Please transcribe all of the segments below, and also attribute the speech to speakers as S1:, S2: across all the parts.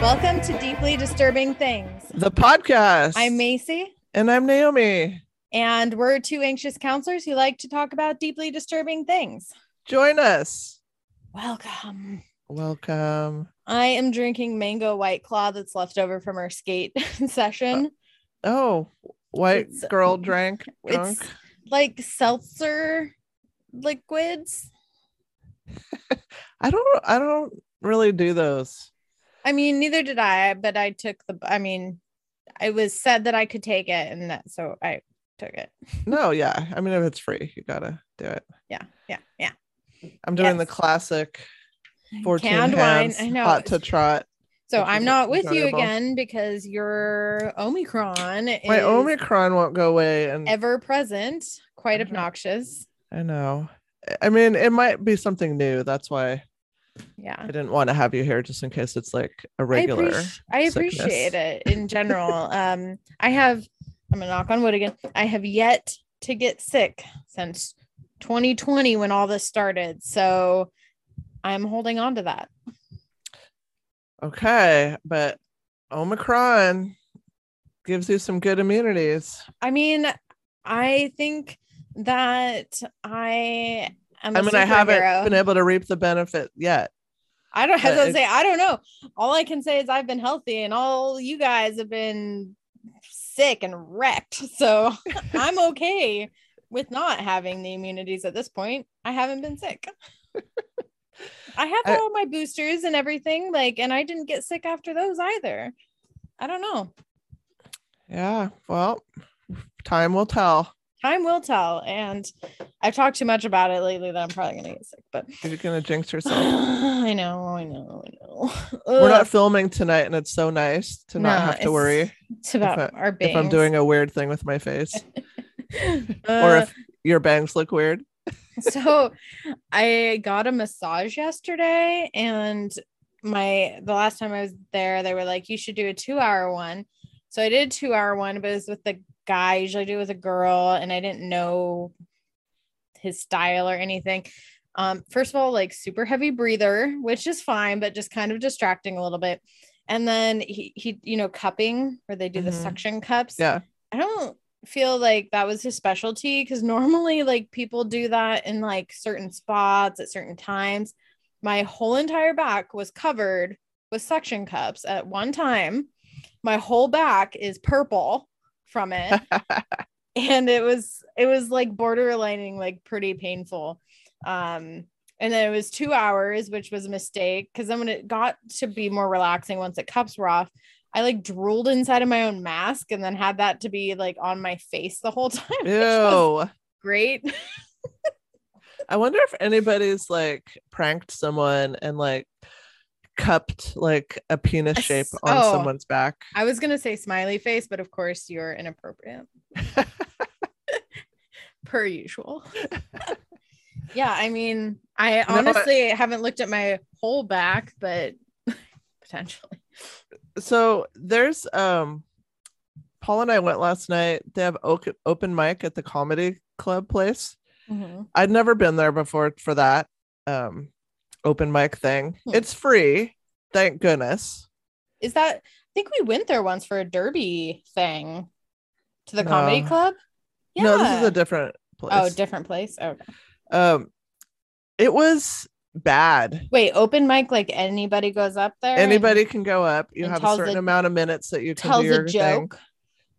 S1: Welcome to Deeply Disturbing Things.
S2: The podcast.
S1: I'm Macy,
S2: And I'm Naomi.
S1: and we're two anxious counselors who like to talk about deeply disturbing things.
S2: Join us.
S1: Welcome.
S2: Welcome.
S1: I am drinking mango white claw that's left over from our skate session.
S2: Oh, white
S1: It's- uh,
S2: girl drank drunk.
S1: It's like seltzer liquids.
S2: I don't I don't really do those.
S1: I mean, neither did I, but I took the, I mean, it was said that I could take it, and that so I took it.
S2: No, yeah. I mean if it's free, you gotta do it.
S1: Yeah. Yeah. Yeah.
S2: I'm doing the
S1: Yes.
S2: classic 14
S1: Canned wine,
S2: hands,
S1: I know.
S2: hot to trot.
S1: So
S2: which
S1: I'm
S2: is
S1: not with you
S2: enjoyable.
S1: again because your Omicron is
S2: My Omicron won't go away and
S1: ever present, quite
S2: Mhm.
S1: obnoxious.
S2: I know. I mean, it might be something new. That's why I
S1: Yeah.
S2: didn't want to have you here just in case it's like
S1: I,
S2: a regular.
S1: appreci- I
S2: sickness.
S1: appreciate it in general. um, I have, I'm gonna knock on wood again. I have yet to get sick since 2020 when all this started. So I'm holding on to that.
S2: Okay, but Omicron gives you some good immunities.
S1: I mean, I think that I am.
S2: I
S1: a
S2: mean, I haven't
S1: superhero.
S2: been able to reap the benefit yet.
S1: I don't have
S2: But
S1: to say I don't know. All I can say is I've been healthy and all you guys have been sick and wrecked. So I'm okay with not having the immunities at this point. I haven't been sick. I have
S2: I-
S1: all my boosters and everything like and I didn't get sick after those either. I don't know.
S2: Yeah, well, time will tell.
S1: Time will tell and I've talked too much about it lately that I'm probably going to get sick, but
S2: You're gonna jinx yourself.
S1: I know, I know, I know.
S2: We're
S1: Ugh.
S2: not filming tonight, and it's so nice to not
S1: No,
S2: have to
S1: it's-
S2: worry
S1: It's about
S2: I-
S1: our bangs.
S2: if I'm doing a weird thing with my face or if your bangs look weird.
S1: so I got a massage yesterday and my the last time I was there, they were like, you should do a two hour one. So I did a two hour one, but it was with the guy. I Usually I do it with a girl, and I didn't know his style or anything. Um, first of all, like super heavy breather, which is fine, but just kind of distracting a little bit. And then he he, you know, cupping where they do the
S2: Mhm.
S1: suction cups.
S2: Yeah.
S1: I don't feel like that was his specialty because normally like people do that in like certain spots at certain times. My whole entire back was covered with suction cups at one time. My whole back is purple from it. and it was it was like borderlining like pretty painful. Um and then it was two hours, which was a mistake because then when it got to be more relaxing once the cups were off, I like drooled inside of my own mask and then had that to be like on my face the whole time. which was
S2: Ew.
S1: great.
S2: I wonder if anybody's like pranked someone and like cupped like a penis
S1: Yes.
S2: shape on
S1: Oh.
S2: someone's back.
S1: I was gonna say smiley face, but of course you're inappropriate. Per usual. yeah, I mean, I
S2: know what?
S1: honestly haven't looked at my whole back, but potentially.
S2: so there's um paul and i went last night they have oak- open mic at the comedy club place i'd never been there before for that um open mic thing
S1: Hmm.
S2: it's free thank goodness
S1: Is that I think we went there once for a derby thing to the comedy
S2: No.
S1: club?
S2: no this is a different place
S1: Oh, different place. Oh,
S2: um it was bad
S1: wait, open mic. Like anybody goes up there. and
S2: anybody can go up you
S1: and
S2: have a
S1: tells
S2: certain
S1: a-
S2: amount of minutes that you can
S1: tells
S2: do your
S1: a
S2: thing.
S1: joke.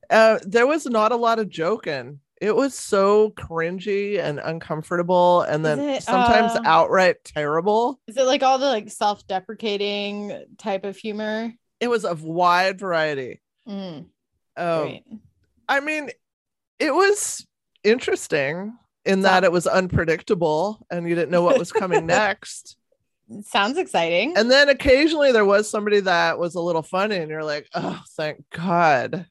S2: uh, there was not a lot of joking. It was so cringy and uncomfortable, and then
S1: Is it,
S2: sometimes
S1: uh,
S2: outright terrible.
S1: Is it like all the like self-deprecating type of humor?
S2: It was a wide variety.
S1: Mm,
S2: Um,
S1: great.
S2: I mean, it was interesting in that it was unpredictable and you didn't know what was coming next.
S1: Sounds exciting.
S2: And then occasionally there was somebody that was a little funny, and you're like, oh, thank God.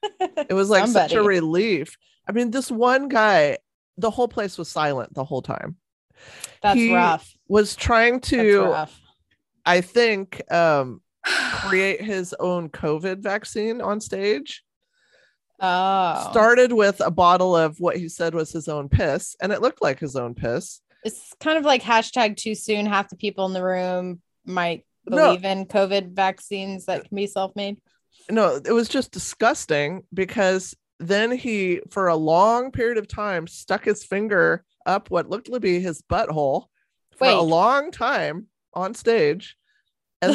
S2: It was like such a
S1: Somebody.
S2: relief. I mean, this one guy, the whole place was silent the whole time.
S1: That's
S2: he-
S1: rough.
S2: was trying
S1: That's
S2: to
S1: rough.
S2: i think um create his own covid vaccine on stage
S1: Oh,
S2: started with a bottle of what he said was his own piss and it looked like his own piss
S1: it's kind of like hashtag too soon. Half the people in the room might
S2: No.
S1: believe in COVID vaccines that can be self-made.
S2: no, it was just disgusting because then he, for a long period of time, stuck his finger up what looked to be his butthole for a
S1: Wait.
S2: long time on stage. And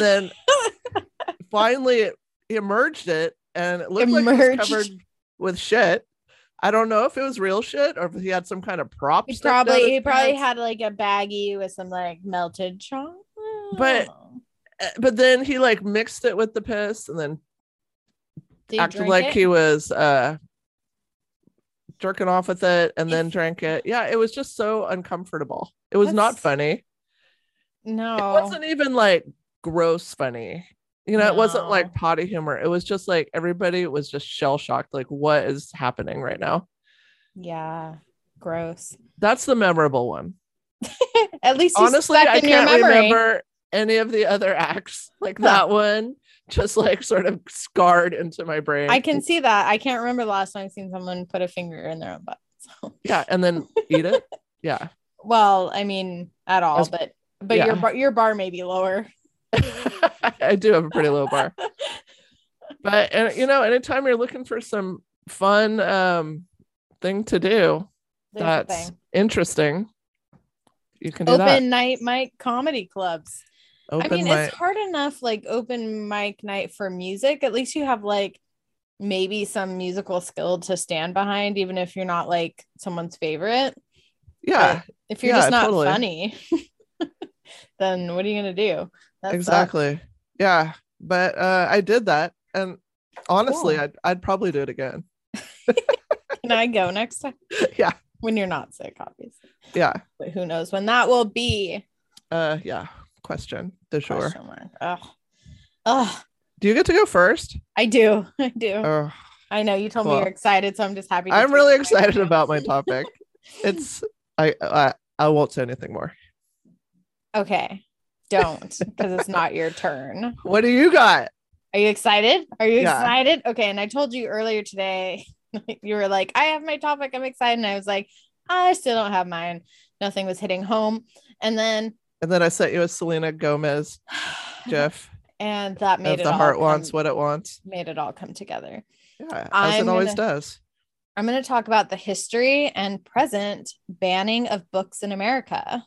S2: then finally it emerged it and it looked like it
S1: Emerged.
S2: was covered with shit. I don't know if it was real shit or if he had some kind of prop.
S1: He
S2: stuck down his
S1: probably he probably
S2: pants.
S1: had like a baggie with some like melted chocolate.
S2: But Uh, but then he like mixed it with the piss and then
S1: Do you
S2: acted
S1: drink
S2: like
S1: it?
S2: he was uh jerking off with it and then
S1: It's-
S2: drank it yeah it was just so uncomfortable it was not
S1: That's-
S2: funny
S1: no.
S2: it wasn't even like gross funny you know it wasn't
S1: No.
S2: like potty humor it was just like everybody was just shell shocked like what is happening right now
S1: Yeah, gross.
S2: that's the memorable one
S1: At least he's
S2: honestly
S1: stuck
S2: i
S1: in your
S2: can't
S1: memory.
S2: remember any of the other acts like
S1: Huh.
S2: that one just like sort of scarred into my brain
S1: I can see that. I can't remember the last time I've seen someone put a finger in their own butt. So,
S2: yeah and then eat it yeah
S1: well, I mean, at all,
S2: That's-
S1: but but
S2: yeah.
S1: your bar, your bar may be lower.
S2: I do have a pretty low bar. But and you know, anytime you're looking for some fun um thing to do
S1: There's the
S2: that's
S1: thing.
S2: interesting, you can do
S1: Open
S2: that.
S1: night mic comedy clubs.
S2: Open
S1: I mean,
S2: mic.
S1: it's hard enough, like open mic night for music. At least you have like maybe some musical skill to stand behind, even if you're not like someone's favorite.
S2: yeah,
S1: If you're
S2: Yeah,
S1: just not
S2: totally.
S1: funny, then what are you gonna do? That sucks.
S2: exactly. Yeah. But uh I did that and honestly
S1: Cool.
S2: I'd I'd probably do it again.
S1: Can I go next time?
S2: Yeah.
S1: When you're not sick, obviously.
S2: Yeah.
S1: But who knows when that will be?
S2: Uh yeah. Question. The sure.
S1: Question mark. Ugh. Ugh.
S2: Do you get to go first?
S1: I do. I do.
S2: Oh,
S1: I know you told
S2: cool.
S1: me you're excited, so I'm just happy. to
S2: I'm
S1: take
S2: really
S1: it.
S2: excited about my topic. It's I I I won't say anything more.
S1: Okay. Don't, because it's not your turn.
S2: What do you got?
S1: Are you excited? Are you
S2: Yeah.
S1: excited? Okay. And I told you earlier today, you were like, I have my topic. I'm excited. And I was like, I still don't have mine. Nothing was hitting home. And then,
S2: And then I sent you a Selena Gomez Jeff
S1: and that made
S2: of
S1: it
S2: the
S1: all
S2: heart
S1: come-
S2: wants what it wants.
S1: made it all come together.
S2: Yeah, as
S1: I'm
S2: it always
S1: gonna-
S2: does.
S1: I'm going to talk about the history and present banning of books in America.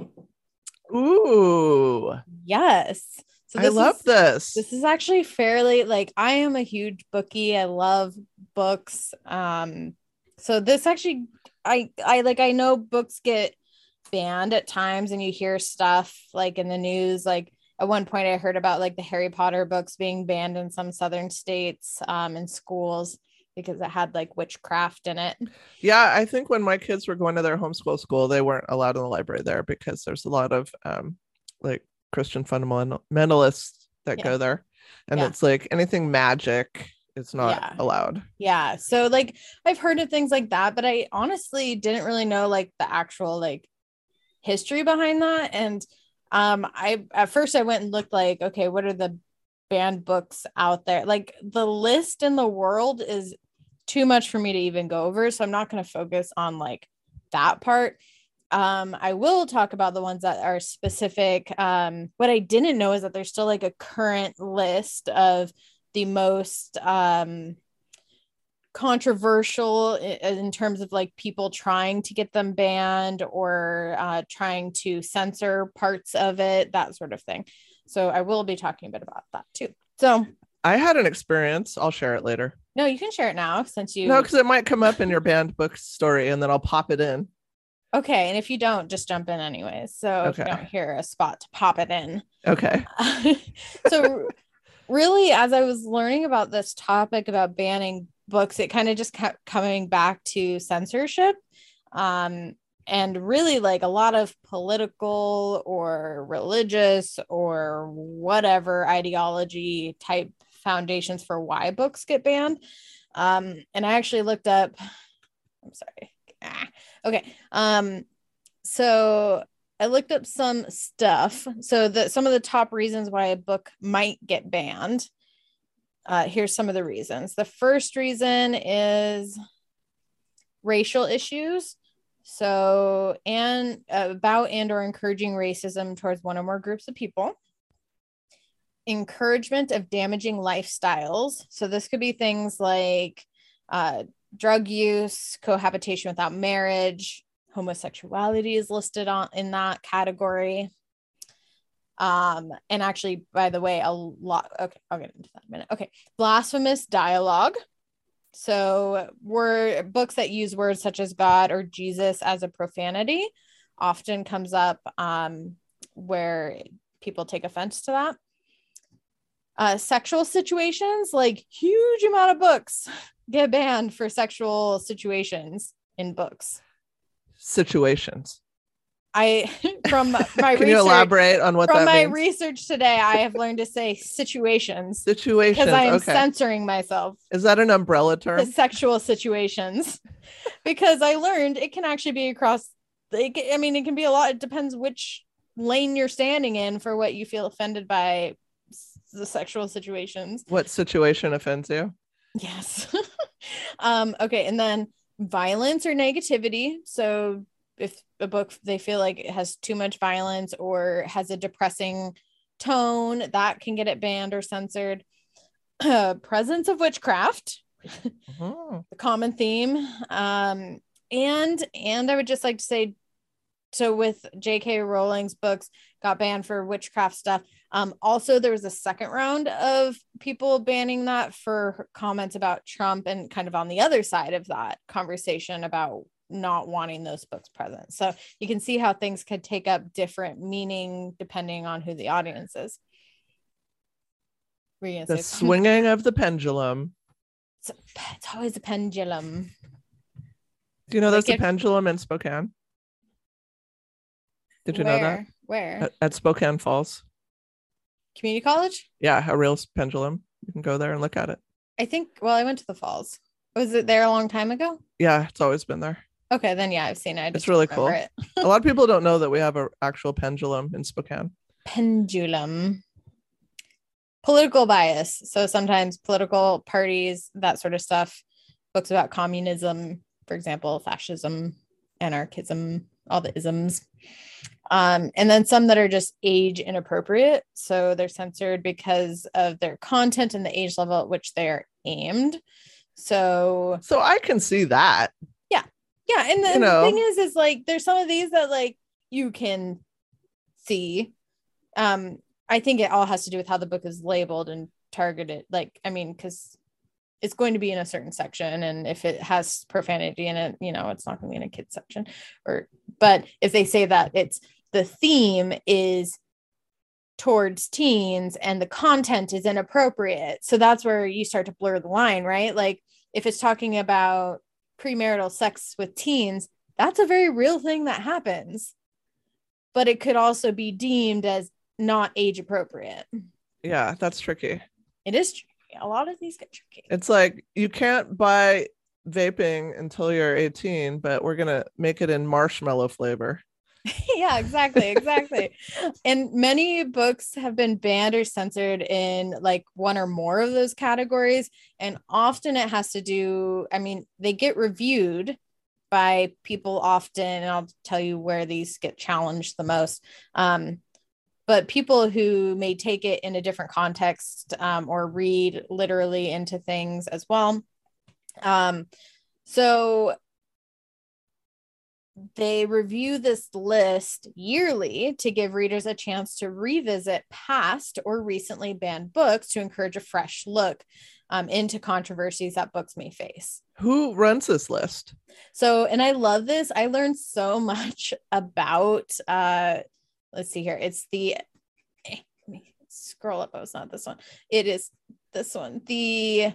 S2: Ooh,
S1: Yes. So
S2: I love
S1: is,
S2: this.
S1: This is actually fairly like I am a huge bookie. I love books. Um so this actually I I like I know books get banned at times and you hear stuff like in the news like at one point I heard about like the Harry Potter books being banned in some southern states um in schools because it had like witchcraft in it.
S2: yeah, I think when my kids were going to their homeschool school, they weren't allowed in the library there because there's a lot of um, like Christian fundamentalists that
S1: Yeah.
S2: go there, and
S1: Yeah.
S2: it's like anything magic is not
S1: Yeah.
S2: allowed.
S1: Yeah. So like I've heard of things like that, but I honestly didn't really know like the actual like history behind that. And um I at first I went and looked like, okay, what are the banned books out there? Like the list in the world is too much for me to even go over. So I'm not gonna focus on like that part. Um, I will talk about the ones that are specific. Um, what I didn't know is that there's still like a current list of the most um controversial i- in terms of like people trying to get them banned or uh, trying to censor parts of it, that sort of thing. So I will be talking a bit about that too. So
S2: I had an experience. I'll share it later.
S1: no, you can share it now since you
S2: No, because it might come up in your banned book story, and then I'll pop it in.
S1: okay, and if you don't, just jump in anyways. So if you
S2: Okay.
S1: don't hear a spot to pop it in.
S2: Okay.
S1: so really as i was learning about this topic about banning books it kind of just kept coming back to censorship um, and really like a lot of political or religious or whatever ideology type foundations for why books get banned um, and i actually looked up i'm sorry Ah, okay um, so I looked up some stuff. So that some of the top reasons why a book might get banned. Uh, here's some of the reasons. The first reason is racial issues. So and uh, about and or encouraging racism towards one or more groups of people. encouragement of damaging lifestyles. So this could be things like uh, drug use, cohabitation without marriage, homosexuality is listed on in that category. Um, and actually, by the way, a lot. Okay, I'll get into that in a minute. Okay, blasphemous dialogue. So, word books that use words such as God or Jesus as a profanity often comes up um, where people take offense to that. Uh, sexual situations, like huge amount of books get banned for sexual situations in books.
S2: Situations.
S1: I from my
S2: Can
S1: research,
S2: you elaborate on what
S1: from
S2: that
S1: my
S2: means?
S1: research today, I have learned to say situations
S2: Situations.
S1: because I am
S2: Okay.
S1: censoring myself.
S2: Is that an umbrella
S1: the
S2: term?
S1: sexual situations because I learned it can actually be across. It, ca- I mean, it can be a lot. It depends which lane you're standing in for what you feel offended by s- the sexual situations.
S2: What situation offends you?
S1: Yes. um, okay. And then violence or negativity. So if a book they feel like it has too much violence or has a depressing tone, that can get it banned or censored. presence of witchcraft
S2: Mhm.
S1: the common theme um and and i would just like to say so with jk rowling's books got banned for witchcraft stuff um also there was a second round of people banning that for her comments about trump and kind of on the other side of that conversation about not wanting those books present so you can see how things could take up different meaning depending on who the audience is Were you gonna
S2: The
S1: say-
S2: swinging of the pendulum.
S1: it's, it's always a pendulum
S2: Do you know there's
S1: Like if-
S2: a pendulum in Spokane? Did you know that?
S1: Where? Where?
S2: At, at Spokane Falls.
S1: Community college?
S2: Yeah, a real s- pendulum. You can go there and look at it.
S1: I think. Well, I went to the falls. Was it there a long time ago?
S2: Yeah, it's always been there.
S1: Okay, then yeah, I've seen it. I just
S2: really
S1: don't remember it.
S2: a lot of people don't know that we have an actual pendulum in Spokane.
S1: Pendulum. Political bias. So sometimes political parties, that sort of stuff. Books about communism, for example, fascism, anarchism, all the isms. Um, and then some that are just age inappropriate. So they're censored because of their content and the age level at which they're aimed. So
S2: So I can see that.
S1: Yeah, and the,
S2: You
S1: and the
S2: know.
S1: thing is, is like there's some of these that like you can see. Um, I think it all has to do with how the book is labeled and targeted. Like, I mean, because it's going to be in a certain section, and if it has profanity in it, you know, it's not going to be in a kids section. Or, but if they say that it's the theme is towards teens and the content is inappropriate, so that's where you start to blur the line, right? Like, if it's talking about premarital sex with teens, that's a very real thing that happens. But it could also be deemed as not age appropriate.
S2: Yeah, that's tricky.
S1: It is tricky. A lot of these get tricky.
S2: It's like you can't buy vaping until you're 18, but we're going to make it in marshmallow flavor.
S1: yeah, exactly, exactly. and many books have been banned or censored in like one or more of those categories. And often it has to do, I mean, they get reviewed by people often, and I'll tell you where these get challenged the most. Um, but people who may take it in a different context um, or read literally into things as well. Um, so they review this list yearly to give readers a chance to revisit past or recently banned books to encourage a fresh look um, into controversies that books may face.
S2: Who runs this list?
S1: So, and I love this. I learned so much about, uh, let's see here. It's the, eh, let me scroll up. Oh, it's not this one. It is this one. The,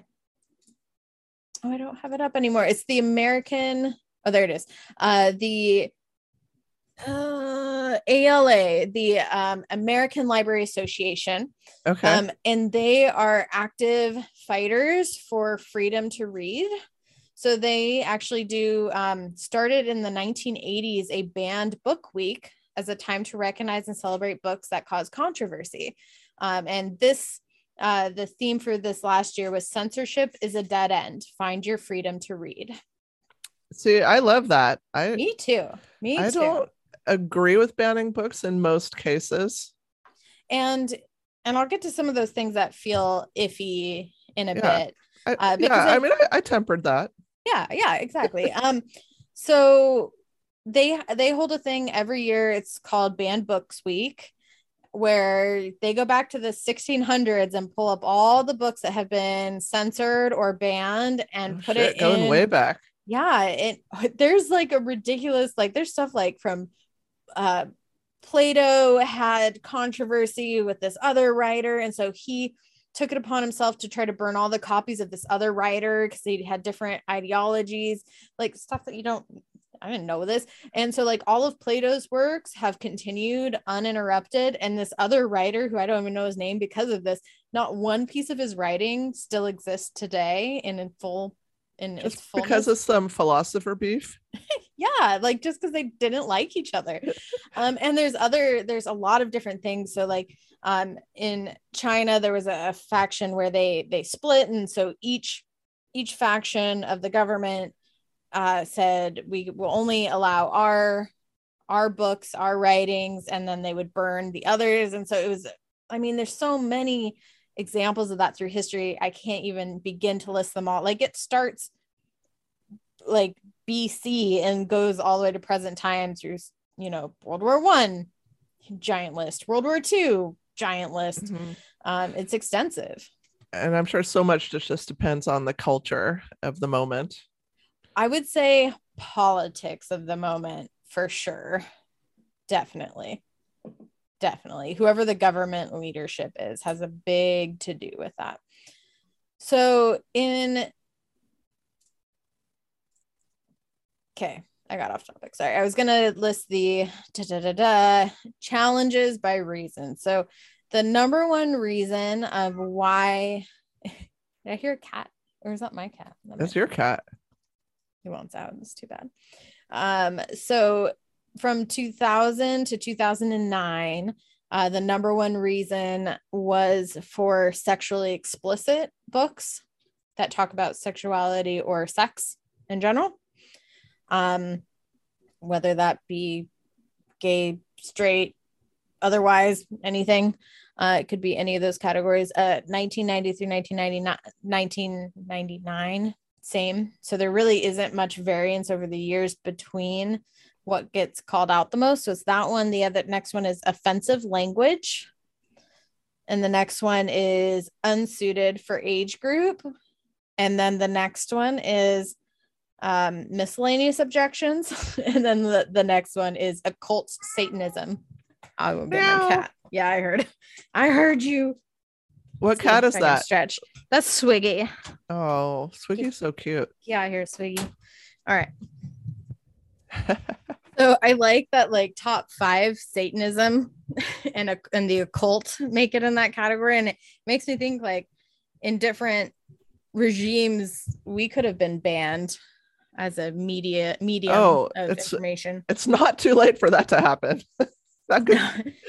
S1: oh, I don't have it up anymore. It's the American, oh, there it is. Uh, the uh, ALA, the um, American Library Association.
S2: Okay.
S1: Um, and they are active fighters for freedom to read. So they actually do um, started in the 1980s a banned book week as a time to recognize and celebrate books that cause controversy. Um, and this uh, the theme for this last year was censorship is a dead end. Find your freedom to read.
S2: See, I love that. I
S1: Me too. Me
S2: I
S1: too.
S2: don't agree with banning books in most cases.
S1: And and I'll get to some of those things that feel iffy in a
S2: Yeah.
S1: bit.
S2: I,
S1: Uh,
S2: yeah,
S1: because I-
S2: I mean, I, I tempered that.
S1: Yeah, yeah, exactly. um, so they they hold a thing every year. It's called Banned Books Week, where they go back to the 1600s and pull up all the books that have been censored or banned and
S2: Oh,
S1: put
S2: shit,
S1: it
S2: going
S1: in.
S2: way back.
S1: Yeah, it there's like a ridiculous like there's stuff like from uh Plato had controversy with this other writer and so he took it upon himself to try to burn all the copies of this other writer cuz they had different ideologies, like stuff that you don't I didn't know this. And so like all of Plato's works have continued uninterrupted and this other writer who I don't even know his name because of this, not one piece of his writing still exists today and in full in its
S2: Just
S1: fullness
S2: because of some philosopher beef.
S1: yeah like just because they didn't like each other um and there's other there's a lot of different things so like um in china there was a, a faction where they they split and so each each faction of the government uh said we will only allow our our books our writings and then they would burn the others and so it was i mean there's so many examples of that through history i can't even begin to list them all like it starts like BC and goes all the way to present time through, you know, World War One, giant list, World War Two, giant list. Um, it's extensive.
S2: And I'm sure so much just, just depends on the culture of the moment.
S1: I would say politics of the moment for sure. Definitely. Definitely. Whoever the government leadership is has a big to do with that. So, in. Okay, I got off topic. Sorry. I was going to list the da, da, da, da, challenges by reason. So, the number one reason of why. Did I hear a cat? Or is that my cat? That might
S2: That's your cat.
S1: he won't sound it's too bad um so from 2000 to 2009 uh, the number one reason was for sexually explicit books that talk about sexuality or sex in general um whether that be gay straight otherwise anything uh, it could be any of those categories uh 1990 through 1999 1999 same. So there really isn't much variance over the years between what gets called out the most. So it's that one. The other next one is offensive language. And the next one is unsuited for age group. And then the next one is um, miscellaneous objections. and then the, the next one is occult Satanism. I will get
S2: Meow.
S1: my cat. Yeah, I heard. I heard you.
S2: What cat is
S1: If I can
S2: that?
S1: Stretch. That's Swiggy.
S2: Oh, Swiggy's so cute.
S1: Yeah, I hear Swiggy. All right. So I like that like top five Satanism and a, and the occult make it in that category, and it makes me think like in different regimes we could have been banned as a media medium
S2: Oh,
S1: of
S2: it's-
S1: information.
S2: it's not too late for that to happen. that could,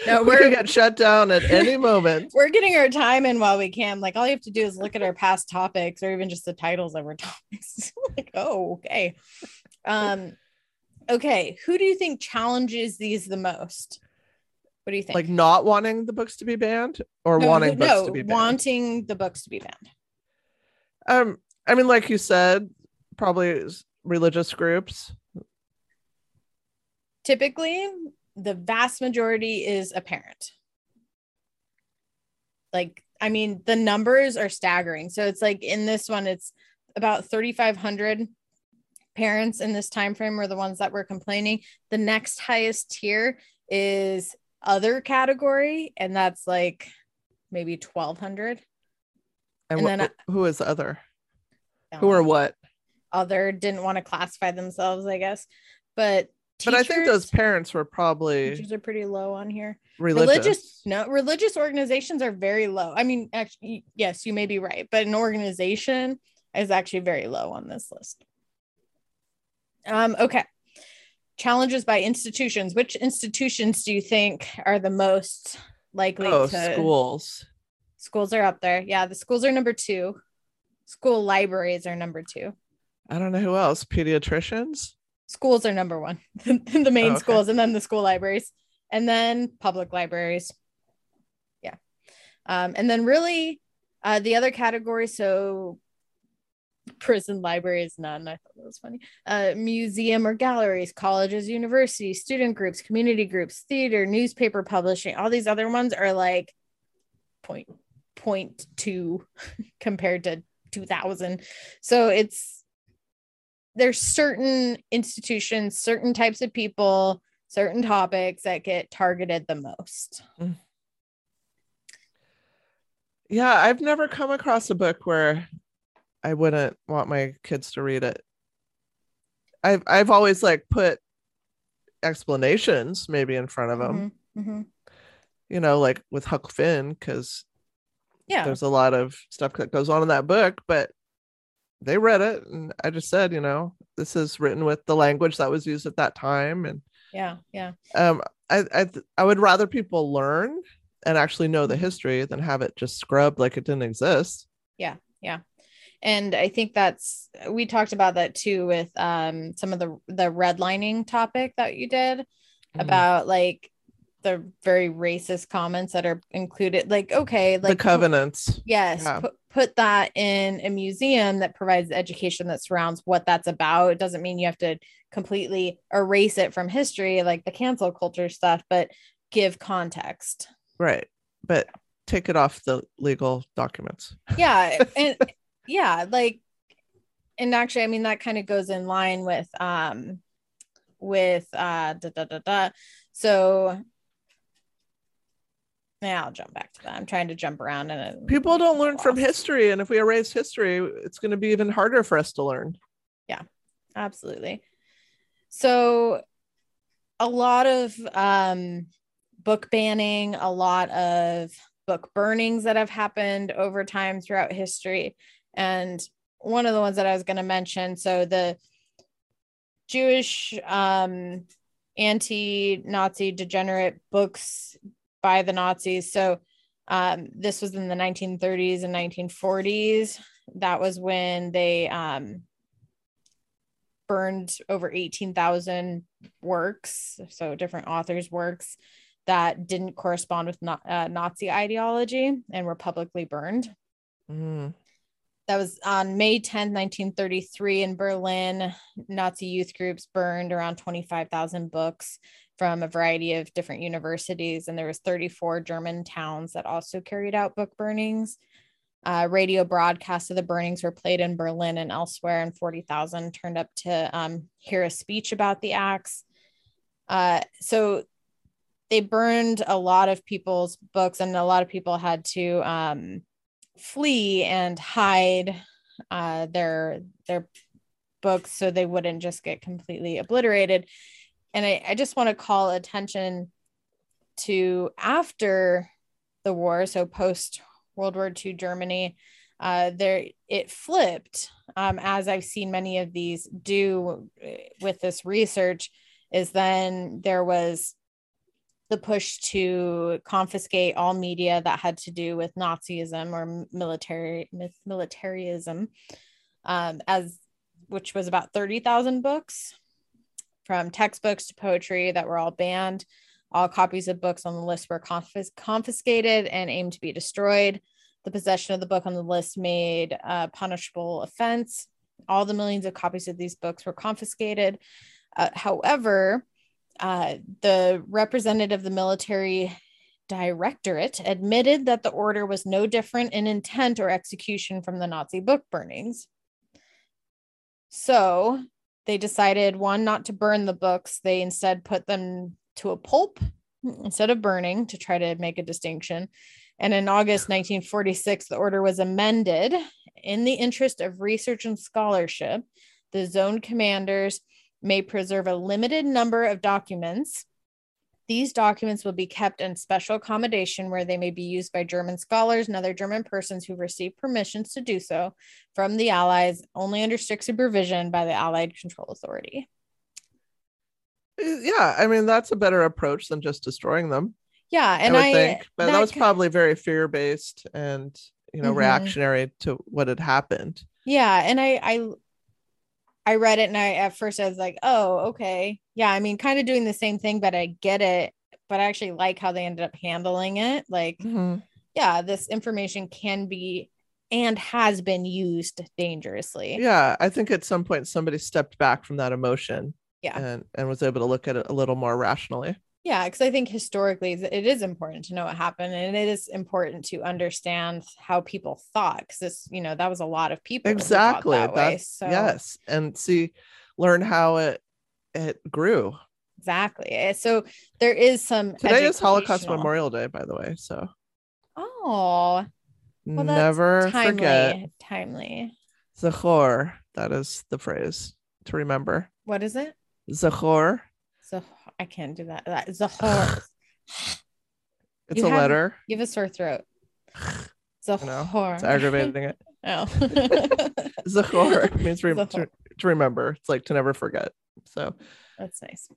S1: no,
S2: we could
S1: we're
S2: get shut down at any moment.
S1: we're getting our time in while we can. Like all you have to do is look at our past topics or even just the titles of our topics. like, oh, okay. Um okay, who do you think challenges these the most? What do you think?
S2: like not wanting the books to be banned or
S1: No,
S2: wanting
S1: who-
S2: books
S1: no,
S2: to be banned.
S1: wanting the books to be banned.
S2: um, I mean, like you said, probably s- religious groups.
S1: Typically, the vast majority is a parent. Like, I mean, the numbers are staggering. So it's like in this one, it's about 3,500 parents in this time frame are the ones that were complaining. The next highest tier is other category, and that's like maybe 1,200.
S2: And,
S1: And
S2: wh-
S1: then I-
S2: who is the other? Who are what?
S1: other didn't want to classify themselves, I guess. But
S2: But I think those
S1: teachers-
S2: parents were probably
S1: teachers are pretty low on here.
S2: religious.
S1: Religious. no, religious organizations are very low. I mean, actually, yes, you may be right, but an organization is actually very low on this list. Um, okay. Challenges by institutions. Which institutions do you think are the most likely
S2: Oh,
S1: to
S2: schools.
S1: schools are up there? Yeah, the schools are number two. School libraries are number two.
S2: I don't know who else. Pediatricians.
S1: schools are number one the main
S2: Oh, okay.
S1: schools and then the school libraries and then public libraries yeah Um, and then really uh, the other category, so prison library is none. I thought that was funny. Uh, museum or galleries, colleges, universities, student groups, community groups, theater, newspaper publishing. All these other ones are like point point two compared to two thousand. So it's there's certain institutions, certain types of people, certain topics that get targeted the most.
S2: Yeah, I've never come across a book where I wouldn't want my kids to read it. I've I've always like put explanations maybe in front of them,
S1: Mhm, mhm.
S2: you know, like with Huck Finn because
S1: Yeah.
S2: there's a lot of stuff that goes on in that book, but they read it and I just said, you know, this is written with the language that was used at that time and
S1: Yeah. Yeah.
S2: um I I th- I would rather people learn and actually know
S1: Mm-hmm.
S2: the history than have it just scrubbed like it didn't exist.
S1: and i think that's we talked about that too with um some of the the redlining topic that you did
S2: Mm-hmm.
S1: about like the very racist comments that are included like okay like
S2: the covenants.
S1: yes
S2: Yeah.
S1: put, put that in a museum that provides education that surrounds what that's about it doesn't mean you have to completely erase it from history like the cancel culture stuff but give context
S2: Right. But take it off the legal documents.
S1: yeah and yeah like and actually i mean that kind of goes in line with um with uh da, da, da, da. so yeah i'll jump back to that i'm trying to jump around and it-
S2: People don't learn from
S1: lost.
S2: history. And if we erase history, it's going to be even harder for us to learn.
S1: absolutely so a lot of um book banning a lot of book burnings that have happened over time throughout history and one of the ones that i was going to mention so the jewish um anti-nazi degenerate books by the nazis so um, this was in the 1930s and 1940s that was when they um, burned over 18,000 works, so different authors' works that didn't correspond with Na- uh, Nazi ideology and were publicly burned.
S2: Mm.
S1: That was on May 10, 1933, in Berlin. Nazi youth groups burned around 25,000 books from a variety of different universities, and there was 34 German towns that also carried out book burnings. Uh, radio broadcasts of the burnings were played in Berlin and elsewhere, and 40,000 turned up to um, hear a speech about the acts. Uh, so they burned a lot of people's books, and a lot of people had to um, flee and hide uh, their their books so they wouldn't just get completely obliterated. And I, I just want to call attention to after the war, so post World War II Germany, uh, there it flipped, um, as I've seen many of these do uh, with this research, is then there was the push to confiscate all media that had to do with Nazism or military mis- militarism, um, as which was about thirty thousand books, from textbooks to poetry that were all banned. All copies of books on the list were confis- confiscated and aimed to be destroyed. The possession of the book on the list made a punishable offense. All the millions of copies of these books were confiscated. Uh, however, uh, the representative of the military directorate admitted that the order was no different in intent or execution from the Nazi book burnings. So they decided one, not to burn the books, they instead put them to a pulp instead of burning to try to make a distinction. And in August 1946, the order was amended in the interest of research and scholarship. The zone commanders may preserve a limited number of documents. These documents will be kept in special accommodation where they may be used by German scholars and other German persons who receive permissions to do so from the Allies only under strict supervision by the Allied Control Authority.
S2: Uh, Yeah. I mean, that's a better approach than just destroying them,
S1: Yeah, and
S2: I
S1: I,
S2: would think. But that, was
S1: ki-
S2: probably very fear based and, you know,
S1: Mhm.
S2: reactionary to what had happened.
S1: yeah, and I I I read it and I at first I was like, oh okay, yeah. I mean, kind of doing the same thing, but I get it. But I actually like how they ended up handling it. Like,
S2: Mhm.
S1: yeah, this information can be and has been used dangerously.
S2: Yeah, I think at some point somebody stepped back from that emotion.
S1: Yeah.
S2: And and was able to look at it a little more rationally.
S1: Yeah, because I think historically th- it is important to know what happened, and it is important to understand how people thought, because this, you know, that was a lot of people. who thought
S2: Exactly.
S1: That way.
S2: That's-
S1: So
S2: Yes. And see learn how it it grew.
S1: exactly. Uh, So there is some.
S2: Today is Holocaust
S1: educational-
S2: Memorial Day, by the way. So
S1: Oh, well, that's
S2: never
S1: timely.
S2: forget
S1: Timely.
S2: Zachor. That is the phrase to remember.
S1: What is it?
S2: Zachor.
S1: So I can't do that. That Zahor.
S2: It's
S1: You
S2: a
S1: have-
S2: letter.
S1: you have a sore throat.
S2: know.
S1: Zahor.
S2: It's aggravating it.
S1: Oh.
S2: Zachor means re- to,
S1: Zachor.
S2: to remember. It's like to never forget. So
S1: That's nice.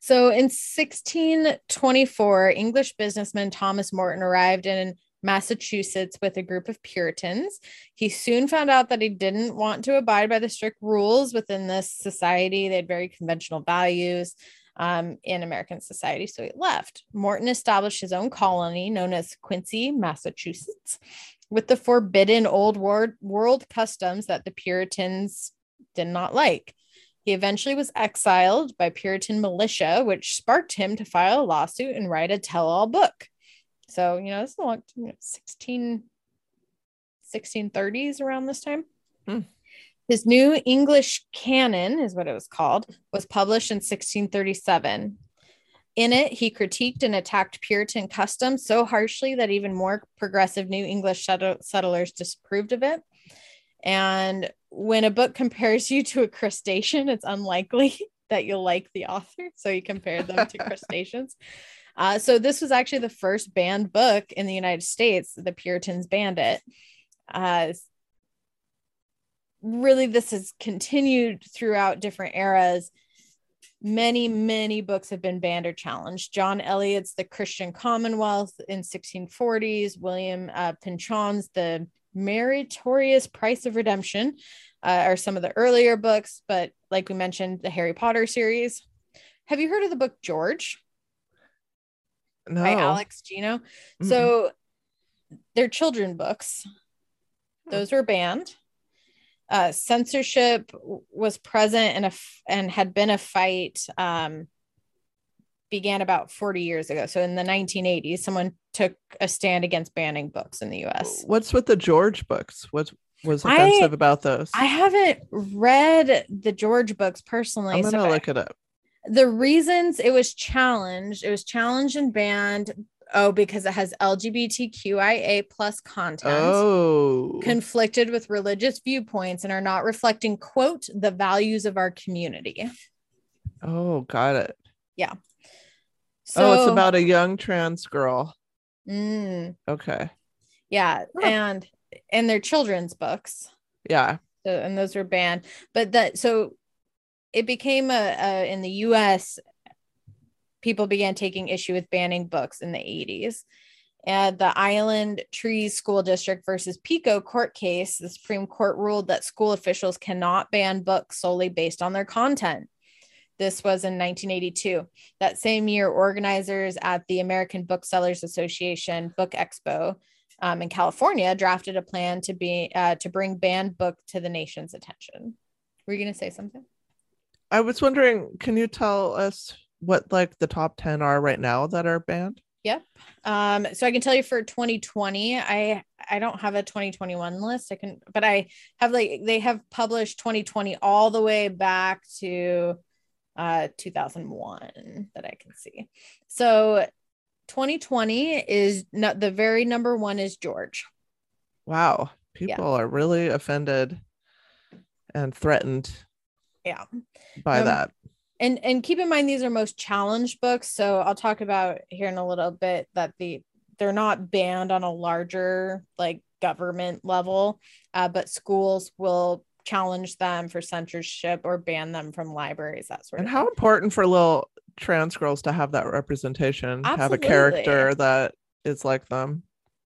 S1: So in 1624, English businessman Thomas Morton arrived in Massachusetts with a group of Puritans. He soon found out that he didn't want to abide by the strict rules within this society. They had very conventional values um, in American society, so he left. Morton established his own colony known as Quincy, Massachusetts, with the forbidden old world, world customs that the Puritans did not like. He eventually was exiled by Puritan militia, which sparked him to file a lawsuit and write a tell all book. So, you know, this is a long, you know, 16, 1630s around this time.
S2: Hmm.
S1: His new English canon is what it was called, was published in 1637. In it, he critiqued and attacked Puritan customs so harshly that even more progressive New English settle- settlers disapproved of it. And when a book compares you to a crustacean, it's unlikely that you'll like the author. So you compare them to crustaceans. Uh, so this was actually the first banned book in the United States. The Puritans banned it. Uh, really, this has continued throughout different eras. Many, many books have been banned or challenged. John Eliot's The Christian Commonwealth in 1640s, William uh, Pynchon's The Meritorious Price of Redemption uh, are some of the earlier books, but like we mentioned, the Harry Potter series. Have you heard of the book George
S2: no.
S1: by Alex Gino?
S2: Mm-mm.
S1: So they're children books. Those were banned. Uh, censorship w- was present and a f- and had been a fight um, began about 40 years ago. So in the 1980s, someone took a stand against banning books in the U.S.
S2: what's with the George books? What was
S1: I-
S2: offensive about those?
S1: I haven't read the George books personally.
S2: am
S1: so
S2: gonna
S1: I-
S2: look it up.
S1: the reasons it was challenged, it was challenged and banned. Oh, because it has LGBTQIA plus content,
S2: Oh,
S1: conflicted with religious viewpoints, and are not reflecting quote the values of our community.
S2: oh, got it.
S1: So,
S2: oh, it's about a young trans girl.
S1: Mm,
S2: Okay,
S1: yeah,
S2: Huh.
S1: and and their children's books.
S2: yeah,
S1: so, and those were banned but that so it became a, a in the us people began taking issue with banning books in the 80s and the island trees school district versus pico court case the supreme court ruled that school officials cannot ban books solely based on their content this was in 1982 that same year organizers at the american booksellers association book expo um, in California drafted a plan to be uh, to bring banned book to the nation's attention. Were you going to say something?
S2: I was wondering, can you tell us what like the top 10 are right now that are banned?
S1: Um, so I can tell you for 2020, I I don't have a 2021 list. I can, but I have like they have published 2020 all the way back to uh 2001 that I can see. So 2020 is not the very number one is George.
S2: Wow, people are really offended and threatened
S1: Yeah.
S2: by
S1: Um,
S2: that.
S1: and and keep in mind these are most challenged books so i'll talk about here in a little bit that the they're not banned on a larger like government level uh, but schools will challenge them for censorship or ban them from libraries that sort
S2: And
S1: of
S2: how important for little trans girls to have that representation, have a
S1: Absolutely.
S2: character that is like them.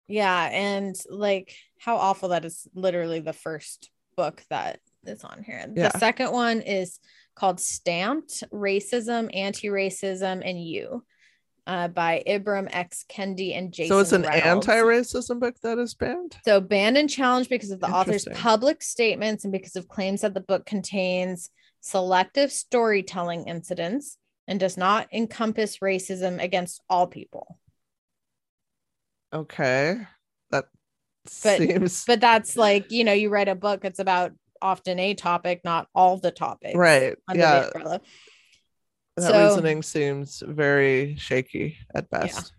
S1: thing. yeah and like how awful that is literally the first book that is on here
S2: Yeah.
S1: the second one is called stamped racism anti-racism and you uh, by Ibram X. Kendi and Jason.
S2: so it's an
S1: Reynolds.
S2: anti-racism book that is banned.
S1: So banned and challenged because of the author's
S2: Interesting.
S1: public statements and because of claims that the book contains selective storytelling incidents and does not encompass racism against all people.
S2: Okay, that
S1: But-
S2: seems
S1: But that's like, you know, you write a book, it's about often a topic, not all the topics.
S2: right.
S1: Under
S2: Yeah,
S1: the umbrella.
S2: that
S1: So-
S2: reasoning seems very shaky at best.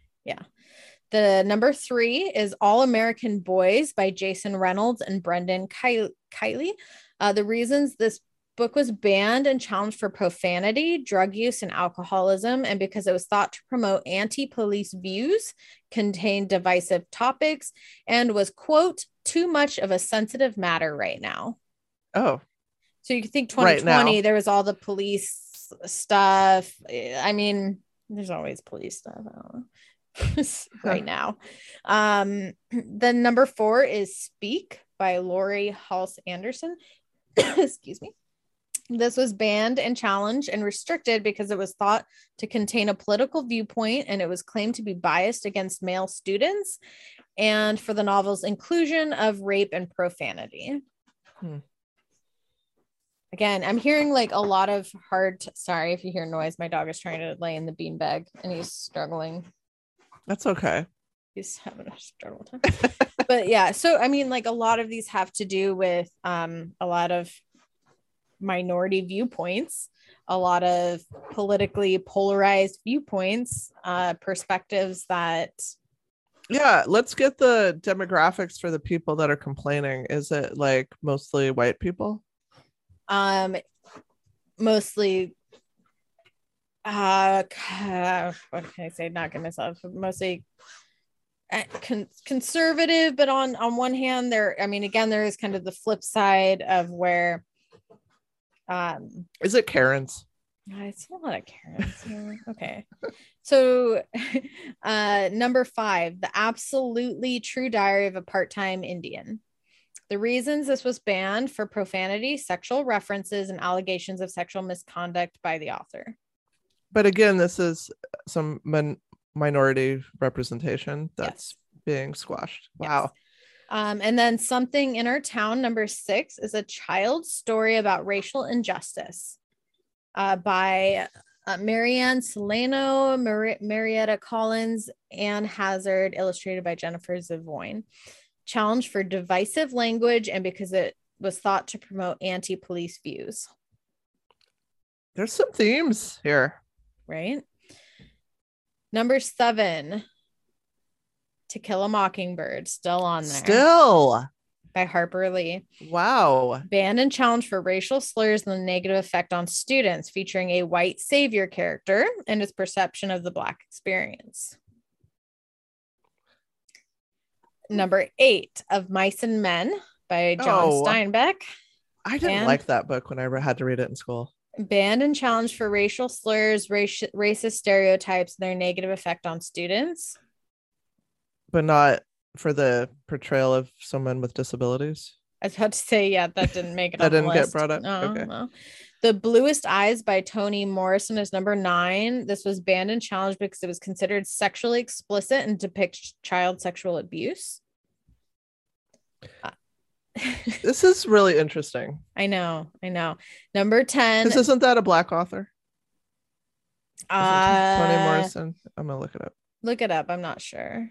S1: The number three is All American Boys by Jason Reynolds and Brendan Ki- Kiley. Uh, the reasons this book was banned and challenged for profanity, drug use, and alcoholism, and because it was thought to promote anti police views, contained divisive topics, and was, quote, too much of a sensitive matter right now.
S2: Oh,
S1: So you could think
S2: Right
S1: 2020,
S2: now.
S1: there was all the police stuff. Eh, I mean, there's always police stuff I don't know. right now. Um, then number four is Speak by Lori Halse Anderson. Excuse me. This was banned and challenged and restricted because it was thought to contain a political viewpoint and it was claimed to be biased against male students and for the novel's inclusion of rape and profanity again i'm hearing like a lot of hard sorry if you hear noise my dog is trying to lay in the beanbag and he's struggling
S2: that's okay.
S1: he's having a struggle time but yeah so i mean like a lot of these have to do with um a lot of minority viewpoints a lot of politically polarized viewpoints uh perspectives that
S2: Yeah, let's get the demographics for the people that are complaining. Is it like mostly white people?
S1: um mostly uh ca- what can i say not get myself mostly uh, con- conservative but on on one hand there i mean again there is kind of the flip side of where um
S2: Is it Karens?
S1: yeah, it's a lot of carrots. yeah. okay. So, uh, number five, the absolutely true diary of a part time Indian. The reasons this was banned for profanity, sexual references, and allegations of sexual misconduct by the author.
S2: But again, this is some min- minority representation that's being squashed.
S1: Yes.
S2: Wow.
S1: Um, and then something in our town, number six, is a child's story about racial injustice uh, by uh, Marianne Solano, Mar- Marietta Collins, Anne Hazard, illustrated by Jennifer Zavoyne. Challenge for divisive language and because it was thought to promote anti police views,
S2: There's some themes here.
S1: right? Number seven, To Kill a Mockingbird, still on there
S2: Still.
S1: by Harper Lee.
S2: Wow.
S1: Ban and challenge for racial slurs and the negative effect on students, featuring a white savior character and his perception of the Black experience. Number eight of Mice and Men by John
S2: Oh.
S1: Steinbeck.
S2: I didn't
S1: And-
S2: like that book when I re- had to read it in school.
S1: Banned and challenged for racial slurs, raci- racist stereotypes, and their negative effect on students.
S2: But not for the portrayal of someone with disabilities.
S1: I was about to say, yeah, that didn't make it.
S2: That
S1: on the
S2: didn't get
S1: list.
S2: brought up?
S1: No,
S2: Okay.
S1: no. The Bluest Eyes by Toni Morrison is number nine. This was banned and challenged because it was considered sexually explicit and depicts child sexual abuse. Uh,
S2: This is really interesting.
S1: I know, I know. Number ten,
S2: Because isn't that a black author?
S1: uh,
S2: Toni Morrison. I'm gonna look it up.
S1: Look it up. I'm not sure.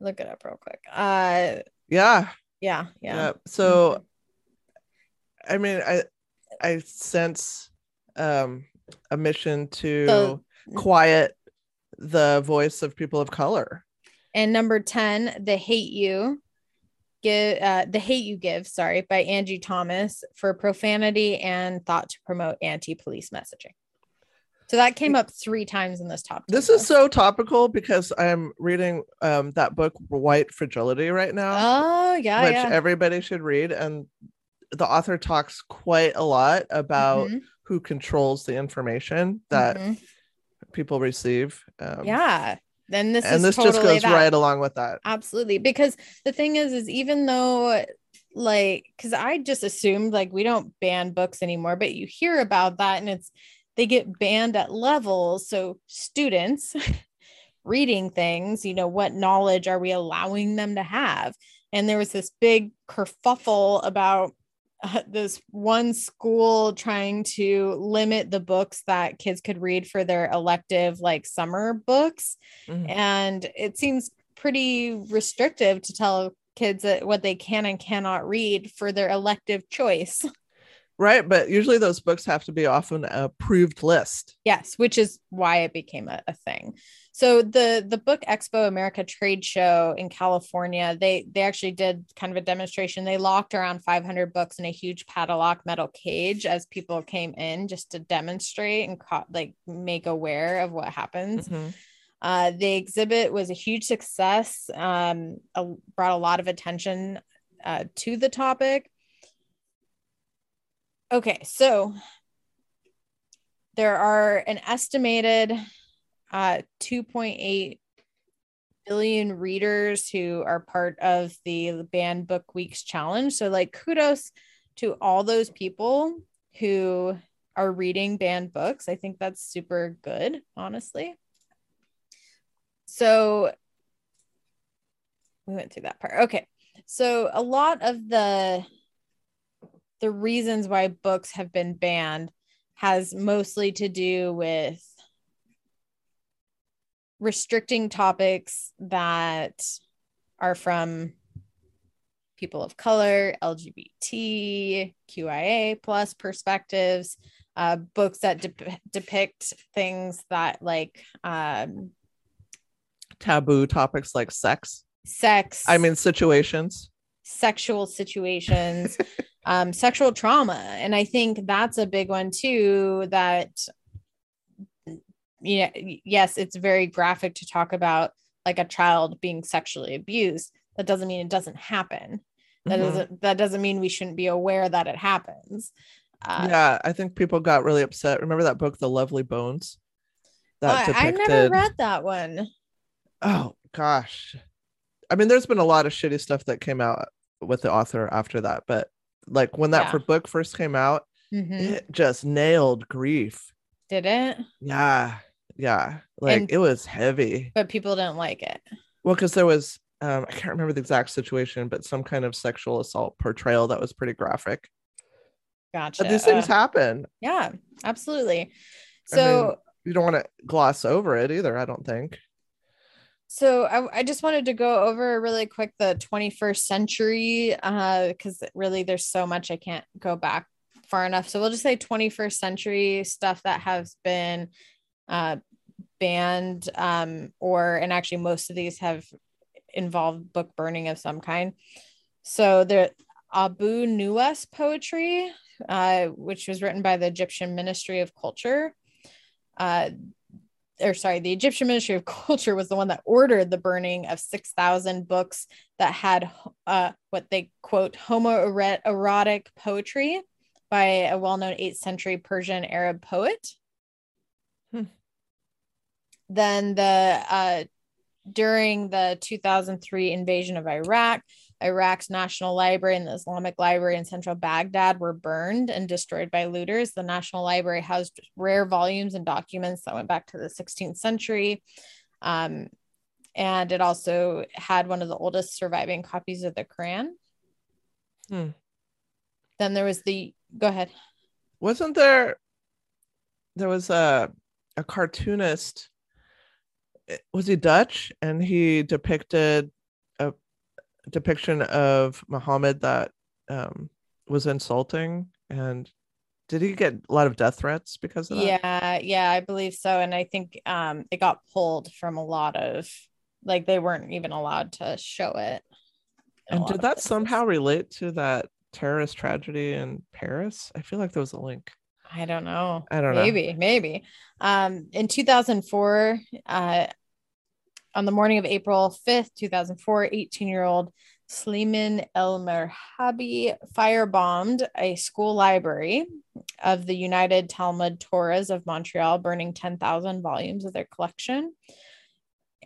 S1: Look it up real quick. Uh,
S2: Yeah.
S1: yeah, yeah. Mm-hmm.
S2: Yeah. So I mean, I I sense um a mission to
S1: So-
S2: quiet the voice of people of color.
S1: And number 10, The Hate You Give uh, The Hate You Give, sorry, by Angie Thomas for profanity and thought to promote anti-police messaging. So that came up three times in this top.
S2: This
S1: 10
S2: is
S1: list.
S2: so topical because I'm reading um that book White Fragility right now,
S1: oh yeah,
S2: which
S1: yeah.
S2: everybody should read and the author talks quite a lot about
S1: Mhm,
S2: who controls the information that
S1: mhm.
S2: people receive. Um,
S1: yeah. Then this is
S2: and this just
S1: totally
S2: goes
S1: that.
S2: right along with that.
S1: absolutely because the thing is is even though like because i just assumed like we don't ban books anymore but you hear about that and it's they get banned at levels. So students reading things, you know, what knowledge are we allowing them to have? And there was this big kerfuffle about uh, this one school trying to limit the books that kids could read for their elective, like summer books.
S2: Mhm.
S1: And it seems pretty restrictive to tell kids that what they can and cannot read for their elective choice.
S2: Right. But usually those books have to be off an approved list.
S1: Yes, which is why it became a, a thing. So the the Book Expo America trade show in California, they they actually did kind of a demonstration. They locked around 500 books in a huge padlock metal cage as people came in just to demonstrate and co- like make aware of what happens.
S2: Mhm.
S1: Uh, the exhibit was a huge success, um, a- brought a lot of attention uh, to the topic. Okay, so there are an estimated uh, 2.8 billion readers who are part of the Banned Book Weeks challenge. So, like, kudos to all those people who are reading banned books. I think that's super good, honestly. So we went through that part. Okay. So a lot of the the reasons why books have been banned has mostly to do with restricting topics that are from people of color, LGBT, QIA plus perspectives, uh, books that dep depict things that like um,
S2: Taboo topics like sex.
S1: sex.
S2: I mean, situations.
S1: sexual situations, um, sexual trauma. And I think that's a big one too. That, yeah, yes, it's very graphic to talk about like a child being sexually abused. That doesn't mean it doesn't happen. That
S2: Mhm.
S1: doesn't that doesn't mean we shouldn't be aware that it happens. Uh,
S2: yeah. I think people got really upset. Remember that book, The Lovely Bones?
S1: I, I never read that one.
S2: Oh gosh. I mean, there's been a lot of shitty stuff that came out with the author after that, but like when that
S1: Yeah.
S2: for book first came out,
S1: Mhm.
S2: it just nailed grief.
S1: Did it?
S2: Yeah. Yeah. Like
S1: And-
S2: it was heavy.
S1: But people didn't like it.
S2: Well, because there was um, I can't remember the exact situation, but some kind of sexual assault portrayal that was pretty graphic.
S1: Gotcha.
S2: But these things
S1: Uh,
S2: happen.
S1: yeah, absolutely.
S2: I
S1: So.
S2: mean, You don't want to gloss over it either, I don't think.
S1: So I, I just wanted to go over really quick the 21st century because really there's so much I can't go back far enough. So we'll just say 21st century stuff that has been uh, banned um, or and actually most of these have involved book burning of some kind. So the Abu Nuwas poetry, uh, which was written by the Egyptian Ministry of Culture. Uh, or sorry, the Egyptian Ministry of Culture was the one that ordered the burning of 6,000 books that had uh, what they quote homoerotic poetry by a well known 8th century Persian Arab poet.
S2: Hmm.
S1: Then the uh, during the 2003 invasion of Iraq, Iraq's National Library and the Islamic Library in central Baghdad were burned and destroyed by looters. The National Library housed rare volumes and documents that went back to the 16th century. Um, and it also had one of the oldest surviving copies of the Quran.
S2: Hmm.
S1: Then there was the go ahead.
S2: wasn't there there was a a cartoonist eh, was he dutch and he depicted a depiction of muhammad that um was insulting and did he get a lot of death threats because of that
S1: Yeah, yeah, I believe so. And I think um, it got pulled from a lot of like they weren't even allowed to show it. in a
S2: and
S1: lot
S2: did
S1: of
S2: that
S1: places.
S2: somehow relate to that terrorist tragedy in paris i feel like there was a link
S1: I don't know.
S2: I don't know.
S1: maybe, Maybe, Um, in 2004, uh, on the morning of April 5th, 2004, 18 year old Sleeman El Merhabi firebombed a school library of the United Talmud Torahs of Montreal, burning 10,000 volumes of their collection.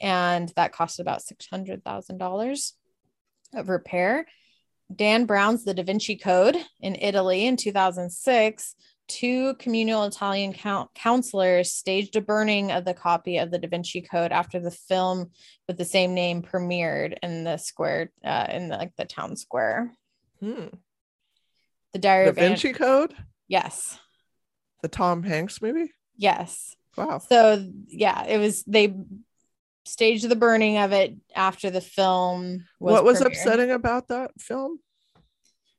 S1: And that cost about $600,000 of repair. Dan Brown's The Da Vinci Code in Italy in 2006 two communal Italian coun- counselors staged a burning of the copy of the Da Vinci Code after the film with the same name premiered in the square, uh, in the, like the town square.
S2: Hmm.
S1: The Diary
S2: Da
S1: of Anne-
S2: Vinci Code,
S1: yes,
S2: the Tom Hanks movie.
S1: yes.
S2: Wow.
S1: So yeah, it was they staged the burning of it after the film. Was
S2: what was
S1: premiered.
S2: upsetting about that film?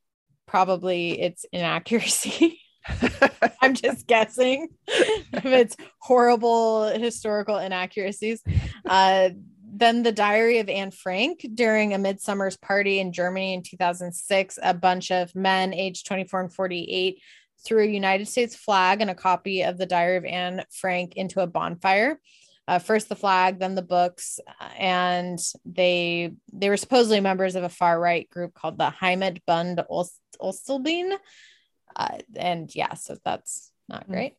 S1: Probably its inaccuracy. I'm just guessing if it's horrible historical inaccuracies. Uh, then the diary of Anne Frank during a midsummer's party in Germany in 2006, a bunch of men aged 24 and 48 threw a United States flag and a copy of the diary of Anne Frank into a bonfire. Uh, first the flag, then the books, and they they were supposedly members of a far right group called the Heimat Bund Ost- Ostelbein uh, and yeah, so that's not
S2: Mm.
S1: great.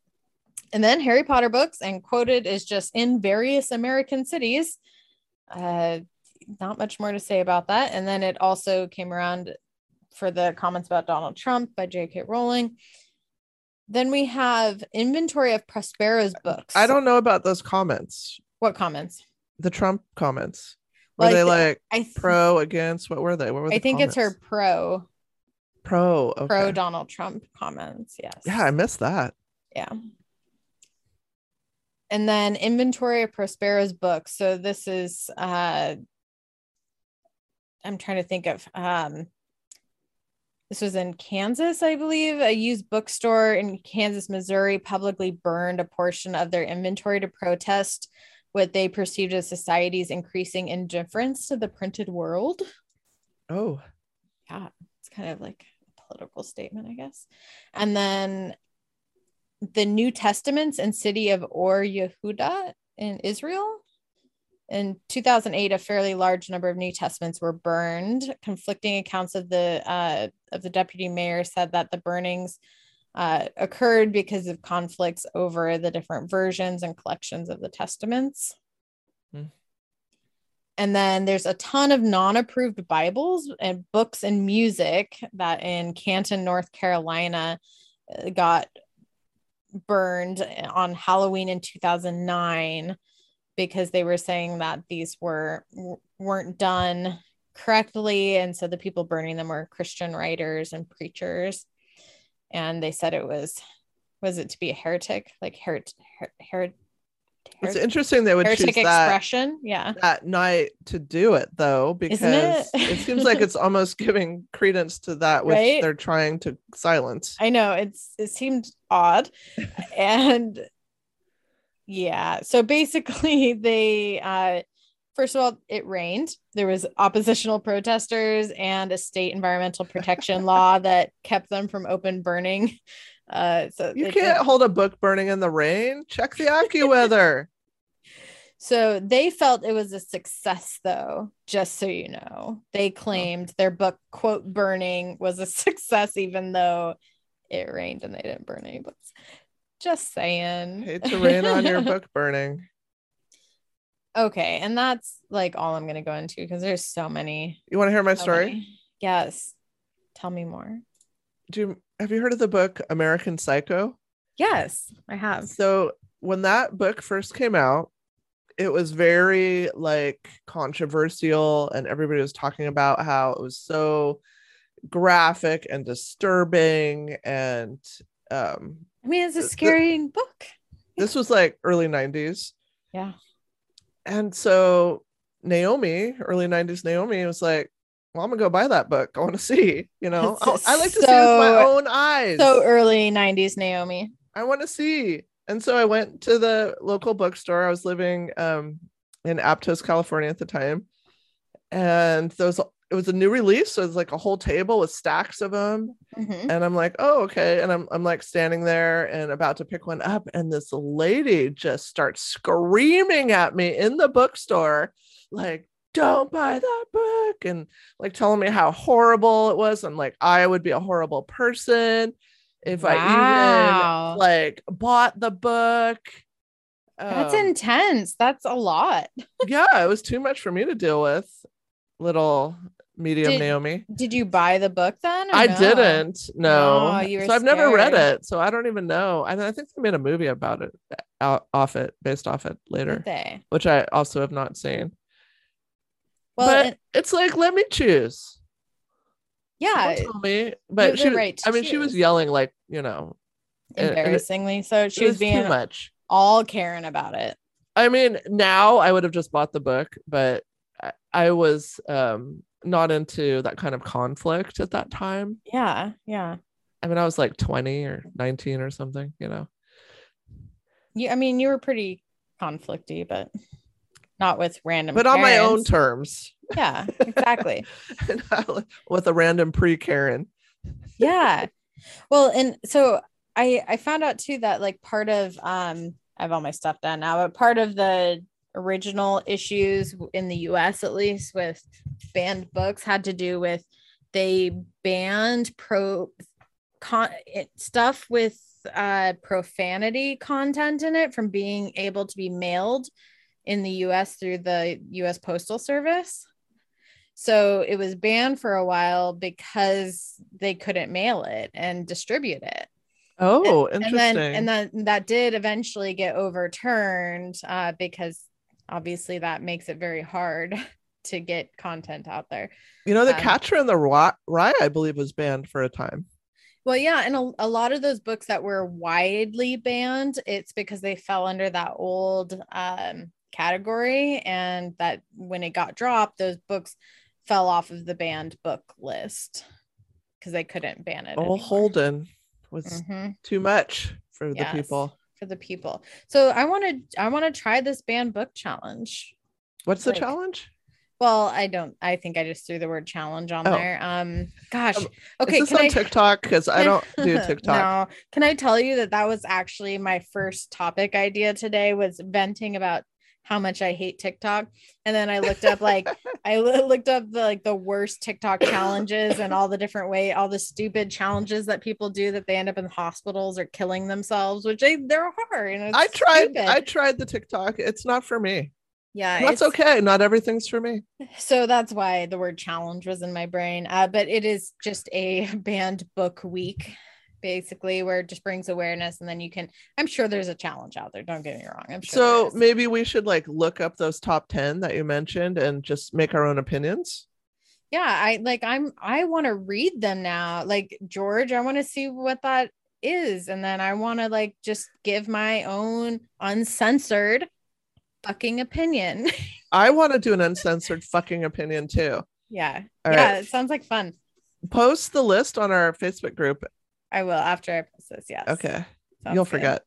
S1: And then Harry Potter books and quoted is just in various American cities. Uh, not much more to say about that. And then it also came around for the comments about Donald Trump by J.K. Rowling. Then we have inventory of Prospero's books.
S2: I don't know about those comments,
S1: what comments.
S2: the Trump comments. Were
S1: Well, I
S2: they
S1: thi-
S2: like
S1: I th-
S2: pro against? What were they? What were
S1: I
S2: the
S1: think it's her
S2: comments?
S1: pro
S2: pro. Okay.
S1: pro Donald Trump comments. Yes.
S2: yeah, I missed that.
S1: Yeah. And then inventory of Prospero's books. So this is uh I'm trying to think of um this was in Kansas, I believe. A used bookstore in Kansas, Missouri publicly burned a portion of their inventory to protest what they perceived as society's increasing indifference to the printed world
S2: Oh,
S1: it's kind of like a political statement, I guess. And then the New Testaments and city of Or Yehuda in Israel. In 2008, a fairly large number of New Testaments were burned. Conflicting accounts of the uh, of the deputy mayor said that the burnings uh, occurred because of conflicts over the different versions and collections of the testaments. And then there's a ton of non approved Bibles and books and music that in Canton, North Carolina uh, got burned uh, on Halloween in 2009 because they were saying that these were w- weren't done correctly and so the people burning them were Christian writers and preachers and they said it was was it to be a heretic like heret her, her,
S2: it's interesting they would choose
S1: heretic
S2: that
S1: expression yeah
S2: that night to do it though because
S1: it?
S2: it seems like it's almost giving credence to that which
S1: Right?
S2: they're trying to silence
S1: I know it's it seemed odd and yeah so basically they uh first of all it rained there was oppositional protesters and a state environmental protection law that kept them from open burning uh so
S2: you
S1: they did-
S2: can't hold a book burning in the rain check the accuweather
S1: So they felt it was a success, though, just so you know. They claimed their book, quote, burning was a success, even though it rained and they didn't burn any books. Just saying.
S2: hate to rain on your book burning
S1: okay. And that's like all I'm going to go into because there's so many.
S2: you want to hear my
S1: so
S2: story
S1: many. Yes. Tell me more.
S2: do you have you heard of the book american psycho
S1: Yes, I have.
S2: so when that book first came out it was very like controversial and everybody was talking about how it was so graphic and disturbing and um
S1: I mean, it's
S2: Uh,
S1: a
S2: the-
S1: scary book.
S2: this was like early 90s
S1: Yeah.
S2: and so naomi early 90s naomi was like well i'm gonna go buy that book i want to see you know
S1: This is
S2: I, I like to see with my
S1: so-
S2: own eyes
S1: So early 90s, Naomi.
S2: I want to see. And so I went to the local bookstore. I was living um, in Aptos, California at the time. And there was, it was a new release. So it was like a whole table with stacks of them.
S1: Mhm.
S2: And I'm like, oh, okay. And I'm, I'm like standing there and about to pick one up. And this lady just starts screaming at me in the bookstore, like, don't buy that book. And like telling me how horrible it was. I'm like, I would be a horrible person if I even
S1: Wow.
S2: like bought the book.
S1: That's
S2: Um,
S1: intense. That's a lot.
S2: yeah, it was too much for me to deal with, little medium
S1: Did-
S2: Naomi.
S1: Did you buy the book then? or
S2: I
S1: no?
S2: didn't. No.
S1: No, you were
S2: so I've never read
S1: scared.
S2: it. So I don't even know. And I think they made a movie about it uh, out, off it, based off it later,
S1: Did they?
S2: which I also have not seen.
S1: Well,
S2: but
S1: and-
S2: it's like, let me choose.
S1: yeah,
S2: Don't tell me. But
S1: have
S2: she
S1: the
S2: was,
S1: right to
S2: I mean, she was
S1: choose.
S2: yelling like, you know, and it-
S1: embarrassingly. So
S2: it
S1: she was
S2: was too
S1: being
S2: much.
S1: all Karen about it.
S2: I mean, now I would have just bought the book, but I, I was um not into that kind of conflict at that time.
S1: Yeah, yeah.
S2: I mean, I was like 20 or 19 or something, you know.
S1: You, I mean, you were pretty conflicty, but not with random.
S2: But on my
S1: Karens.
S2: own terms.
S1: yeah, exactly.
S2: with a random pre-Karen.
S1: yeah. Well, and so I I found out too that like part of um I have all my stuff done now, but part of the original issues in the U.S. at least with banned books had to do with they banned pro con it- stuff with uh profanity content in it from being able to be mailed in the US through the US Postal Service. So it was banned for a while because they couldn't mail it and distribute it.
S2: Oh,
S1: And
S2: interesting.
S1: then and then that did eventually get overturned uh, because obviously that makes it very hard to get content out there.
S2: you know, the
S1: um,
S2: Catcher in the Rye, Rye, I believe, was banned for a time.
S1: Well, yeah, and a, a lot of those books that were widely banned, it's because they fell under that old um, category, and that when it got dropped, those books fell off of the banned book list because they couldn't ban it.
S2: Oh,
S1: anymore.
S2: Holden was
S1: Mhm,
S2: too much for the
S1: Yes.
S2: people.
S1: for the people. So I want to, I want to try this banned book challenge.
S2: What's the
S1: Like,
S2: challenge?
S1: Well, I don't. I think I just threw the word challenge on
S2: Oh.
S1: there. Um, gosh.
S2: Um,
S1: Okay,
S2: Is this
S1: can
S2: on
S1: I?
S2: TikTok? Because I don't do TikTok.
S1: no. Can I tell you that that was actually my first topic idea today was venting about how much I hate TikTok. And then I looked up like I lo- looked up the like the worst TikTok challenges and all the different way all the stupid challenges that people do that they end up in hospitals or killing themselves, which they they're hard. And it's
S2: I tried.
S1: stupid.
S2: I tried the TikTok. It's not for me.
S1: yeah,
S2: That's
S1: it's-
S2: okay. Not everything's for me.
S1: So that's why the word challenge was in my brain. Uh, but it is just a banned book week, basically, where it just brings awareness. And then you can, I'm sure there's a challenge out there. Don't get me wrong. I'm sure.
S2: So
S1: there is.
S2: maybe we should like look up those top ten that you mentioned and just make our own opinions.
S1: yeah, I like, I'm, I want to read them now. Like, George, I want to see what that is. And then I want to like just give my own uncensored fucking opinion.
S2: I want to do an uncensored fucking opinion too.
S1: yeah.
S2: All right.
S1: yeah. It sounds like fun.
S2: Post the list on our Facebook group.
S1: I will after I post this. Yes.
S2: Okay.
S1: Sounds
S2: You'll
S1: good.
S2: forget.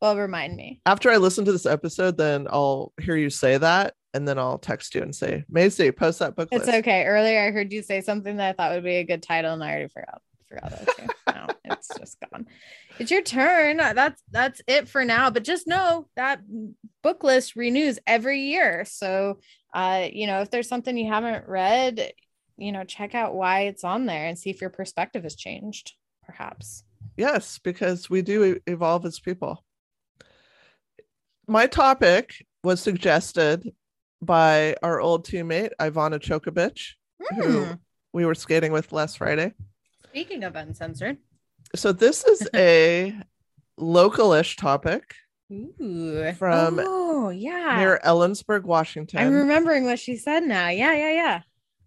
S1: Well, remind me.
S2: After I listen to this episode, then I'll hear you say that and then I'll text you and say, Macy, post that book
S1: It's
S2: list.
S1: okay. Earlier, I heard you say something that I thought would be a good title, and I already forgot. Forgot that too. no, it's just gone. It's your turn. That's that's it for now. But just know that book list renews every year. So, uh, you know, if there's something you haven't read, you know, check out why it's on there and see if your perspective has changed. Perhaps.
S2: Yes, because we do e- evolve as people. My topic was suggested by our old teammate, Ivana Chokovich, who
S1: Hmm.
S2: we were skating with last Friday.
S1: Speaking of uncensored,
S2: So this is a localish topic
S1: ooh,
S2: From
S1: oh yeah,
S2: near Ellensburg, Washington.
S1: I'm remembering what she said now. Yeah, yeah, yeah.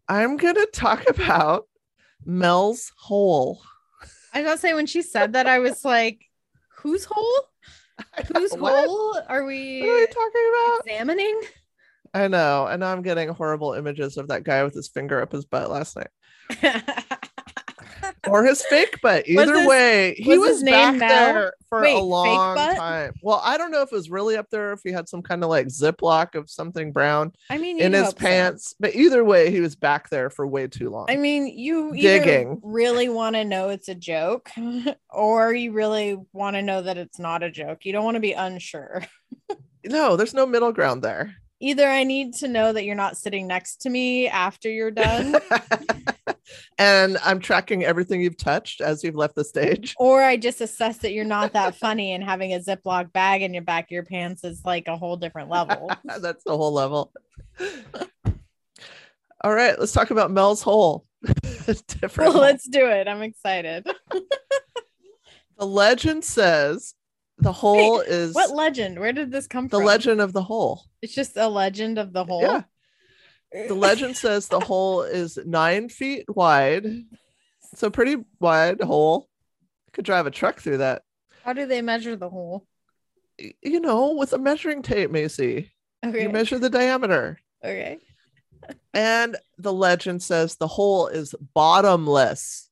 S2: I'm going to talk about Mel's Hole.
S1: I was about to say when she said that, I was like, whose hole? Whose
S2: What?
S1: hole are
S2: What are we
S1: we
S2: talking about?
S1: examining?
S2: I know. And now I'm getting horrible images of that guy with his finger up his butt last night or his fake butt. Either
S1: his-
S2: way, he
S1: was
S2: was,
S1: his name
S2: back
S1: Mel?
S2: there for
S1: Wait,
S2: a
S1: fake
S2: long
S1: butt?
S2: time. Well, I don't know if it was really up there, if he had some kind of like ziplock of something brown
S1: I mean,
S2: in
S1: you'd
S2: his
S1: hope so.
S2: pants. But either way, he was back there for way too long.
S1: I mean, you either
S2: Digging.
S1: really want to know it's a joke, or you really want to know that it's not a joke. You don't want to be unsure.
S2: no, there's no middle ground there.
S1: Either I need to know that you're not sitting next to me after you're done,
S2: and I'm tracking everything you've touched as you've left the stage.
S1: or I just assess that you're not that funny and having a Ziploc bag in your back of your pants is like a whole different level.
S2: That's the whole level. All right, let's talk about Mel's hole. Different.
S1: Well,
S2: hole.
S1: let's do it. I'm excited.
S2: The legend says the hole is
S1: What legend? Where did this come
S2: the
S1: from?
S2: legend of the hole.
S1: It's just a legend of the hole.
S2: Yeah. The legend says the hole is nine feet wide. So pretty wide hole. Could drive a truck through that.
S1: How do they measure the hole?
S2: Y- You know, with a measuring tape, Macy.
S1: Okay.
S2: You measure the diameter.
S1: okay.
S2: And the legend says the hole is bottomless.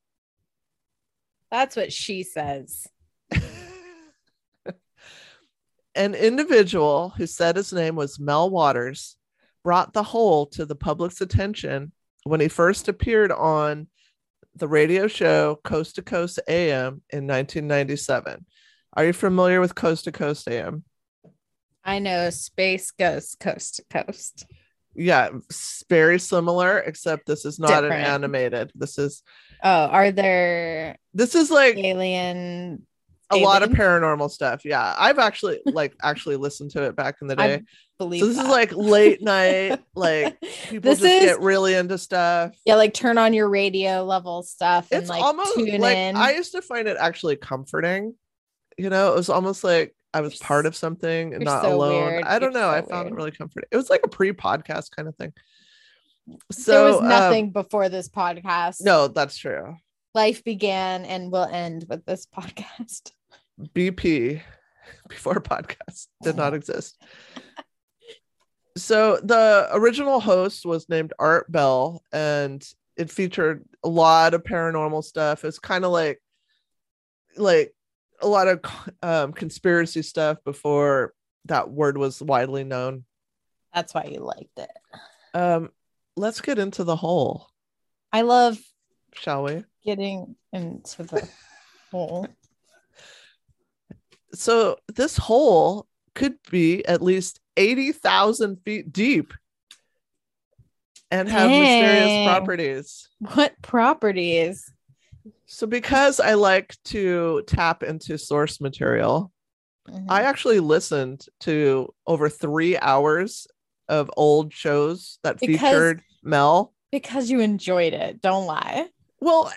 S1: That's what she says.
S2: An individual who said his name was Mel Waters brought the hole to the public's attention when he first appeared on the radio show Coast to Coast AM in 1997. Are you familiar with Coast to Coast AM?
S1: I know space goes coast to coast.
S2: Yeah, s- very similar, except this is not an
S1: Different.
S2: animated. This is
S1: Oh, are there
S2: this is like
S1: alien?
S2: a lot of
S1: aliens?
S2: paranormal stuff. Yeah, I've actually like actually listened to it back in the
S1: I
S2: day.
S1: believe
S2: So this is
S1: that.
S2: like late night, like people
S1: This
S2: just
S1: is-
S2: get really into stuff.
S1: yeah, like turn on your radio level stuff and
S2: It's
S1: like
S2: almost
S1: tune
S2: like
S1: in.
S2: I used to find it actually comforting. You know, it was almost like I was
S1: You're s-
S2: part of something and
S1: you're
S2: not
S1: so
S2: alone.
S1: weird.
S2: I don't
S1: You're
S2: know. I
S1: so
S2: found it
S1: weird.
S2: really comforting. It was like a pre-podcast kind of thing. So
S1: there was
S2: um,
S1: nothing before this podcast.
S2: no, that's true.
S1: life began and will end with this podcast.
S2: BP before podcast did not exist. So the original host was named Art Bell and it featured a lot of paranormal stuff. It's kind of like like a lot of um, conspiracy stuff before that word was widely known.
S1: That's why you liked it.
S2: Um, let's get into the hole,
S1: I love
S2: shall we?
S1: getting into the hole.
S2: So this hole could be at least 80,000 feet deep and have
S1: Dang.
S2: mysterious properties.
S1: What properties?
S2: So because I like to tap into source material, I
S1: Mhm.
S2: actually listened to over 3 hours of old shows that
S1: Because-
S2: featured Mel.
S1: because you enjoyed it. Don't lie.
S2: Well,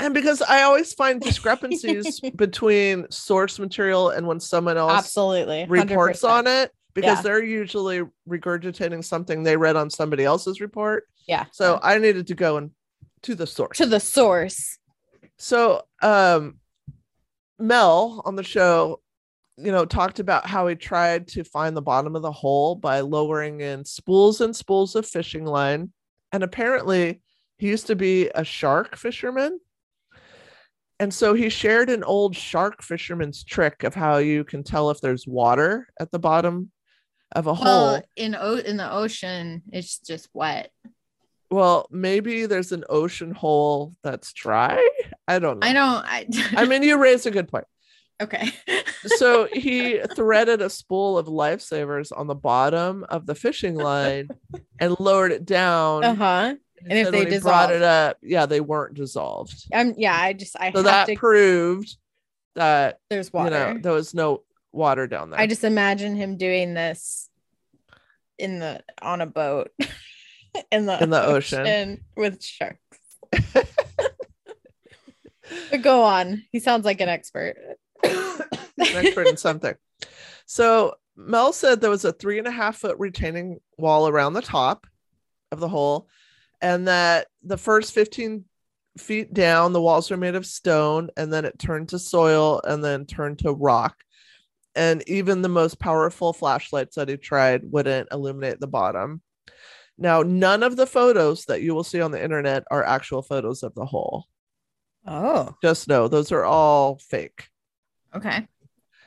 S2: and because I always find discrepancies between source material and when someone else
S1: Absolutely.
S2: reports on it because
S1: Yeah.
S2: they're usually regurgitating something they read on somebody else's report.
S1: Yeah.
S2: So I needed to go and to the source.
S1: to the source.
S2: so um Mel on the show, you know, talked about how he tried to find the bottom of the hole by lowering in spools and spools of fishing line. And apparently he used to be a shark fisherman. And so he shared an old shark fisherman's trick of how you can tell if there's water at the bottom of a hole.
S1: Well, in o- in the ocean, it's just wet.
S2: Well, maybe there's an ocean hole that's dry. I don't know.
S1: I don't. I,
S2: I mean, you raised a good point.
S1: okay.
S2: So he threaded a spool of lifesavers on the bottom of the fishing line and lowered it down.
S1: Uh huh. and if
S2: said
S1: they
S2: when he brought
S1: dissolved-
S2: it up, yeah, they weren't dissolved.
S1: Um. Yeah. I just. I
S2: So
S1: have
S2: that
S1: to.
S2: proved that
S1: there's water.
S2: you know there was no water down there.
S1: I just imagine him doing this in the on a boat in the
S2: In the ocean.
S1: with sharks. but go on. He sounds like an expert.
S2: an expert in something. So Mel said there was a three and a half foot retaining wall around the top of the hole, and that the first 15 feet down, the walls were made of stone, and then it turned to soil and then turned to rock. And even the most powerful flashlights that he tried wouldn't illuminate the bottom. Now, none of the photos that you will see on the internet are actual photos of the hole.
S1: oh,
S2: Just know those are all fake.
S1: okay.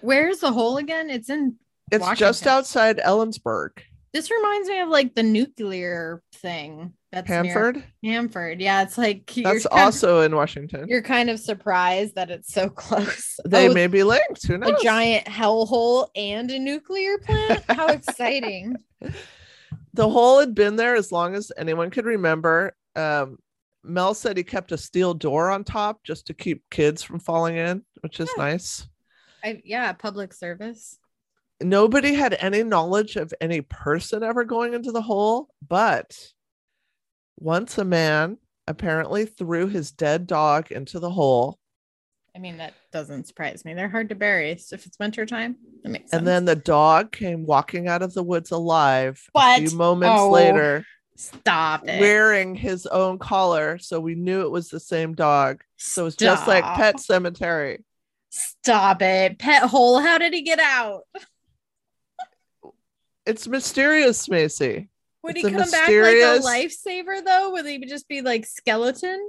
S1: Where's the hole again? It's in
S2: It's just
S1: Washington.
S2: outside Ellensburg.
S1: this reminds me of like the nuclear thing that's near
S2: Hanford.
S1: Hanford. Yeah, it's like
S2: That's
S1: you're kind
S2: also in Washington.
S1: Of, you're kind of surprised that it's so close.
S2: They
S1: Oh,
S2: may be linked. Who
S1: a
S2: knows?
S1: giant hellhole and a nuclear plant. How exciting!
S2: the hole had been there as long as anyone could remember. Um, Mel said he kept a steel door on top just to keep kids from falling in, which is
S1: Yeah.
S2: nice.
S1: I, yeah, public service.
S2: Nobody had any knowledge of any person ever going into the hole, but Once a man apparently threw his dead dog into the hole,
S1: I mean, that doesn't surprise me. They're hard to bury. So if it's winter time, that makes sense.
S2: and then the dog came walking out of the woods alive a
S1: What?
S2: few moments
S1: Oh.
S2: later,
S1: stop it.
S2: wearing his own collar. So we knew it was the same dog. So it was just like
S1: Stop.
S2: Pet Cemetery.
S1: Stop it. Pet hole. How did he get out?
S2: It's mysterious, Macy.
S1: Would
S2: It's
S1: he
S2: a
S1: come
S2: mysterious-
S1: back like a lifesaver though? Would he just be like skeleton?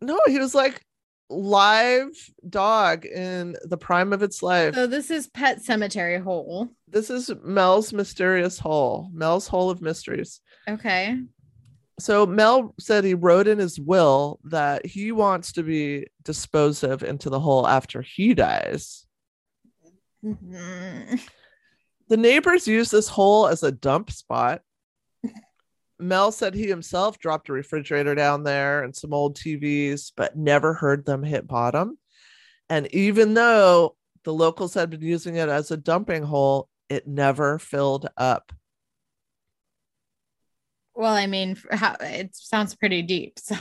S2: No, he was like live dog in the prime of its life.
S1: So this is Pet Cemetery Hole.
S2: This is Mel's mysterious hole, Mel's hole of mysteries.
S1: Okay.
S2: So Mel said he wrote in his will that he wants to be disposed of into the hole after he dies.
S1: Mhm.
S2: The neighbors use this hole as a dump spot. Mel said he himself dropped a refrigerator down there and some old TVs, but never heard them hit bottom. And even though the locals had been using it as a dumping hole, it never filled up.
S1: Well, I mean, f- how, it sounds pretty deep. So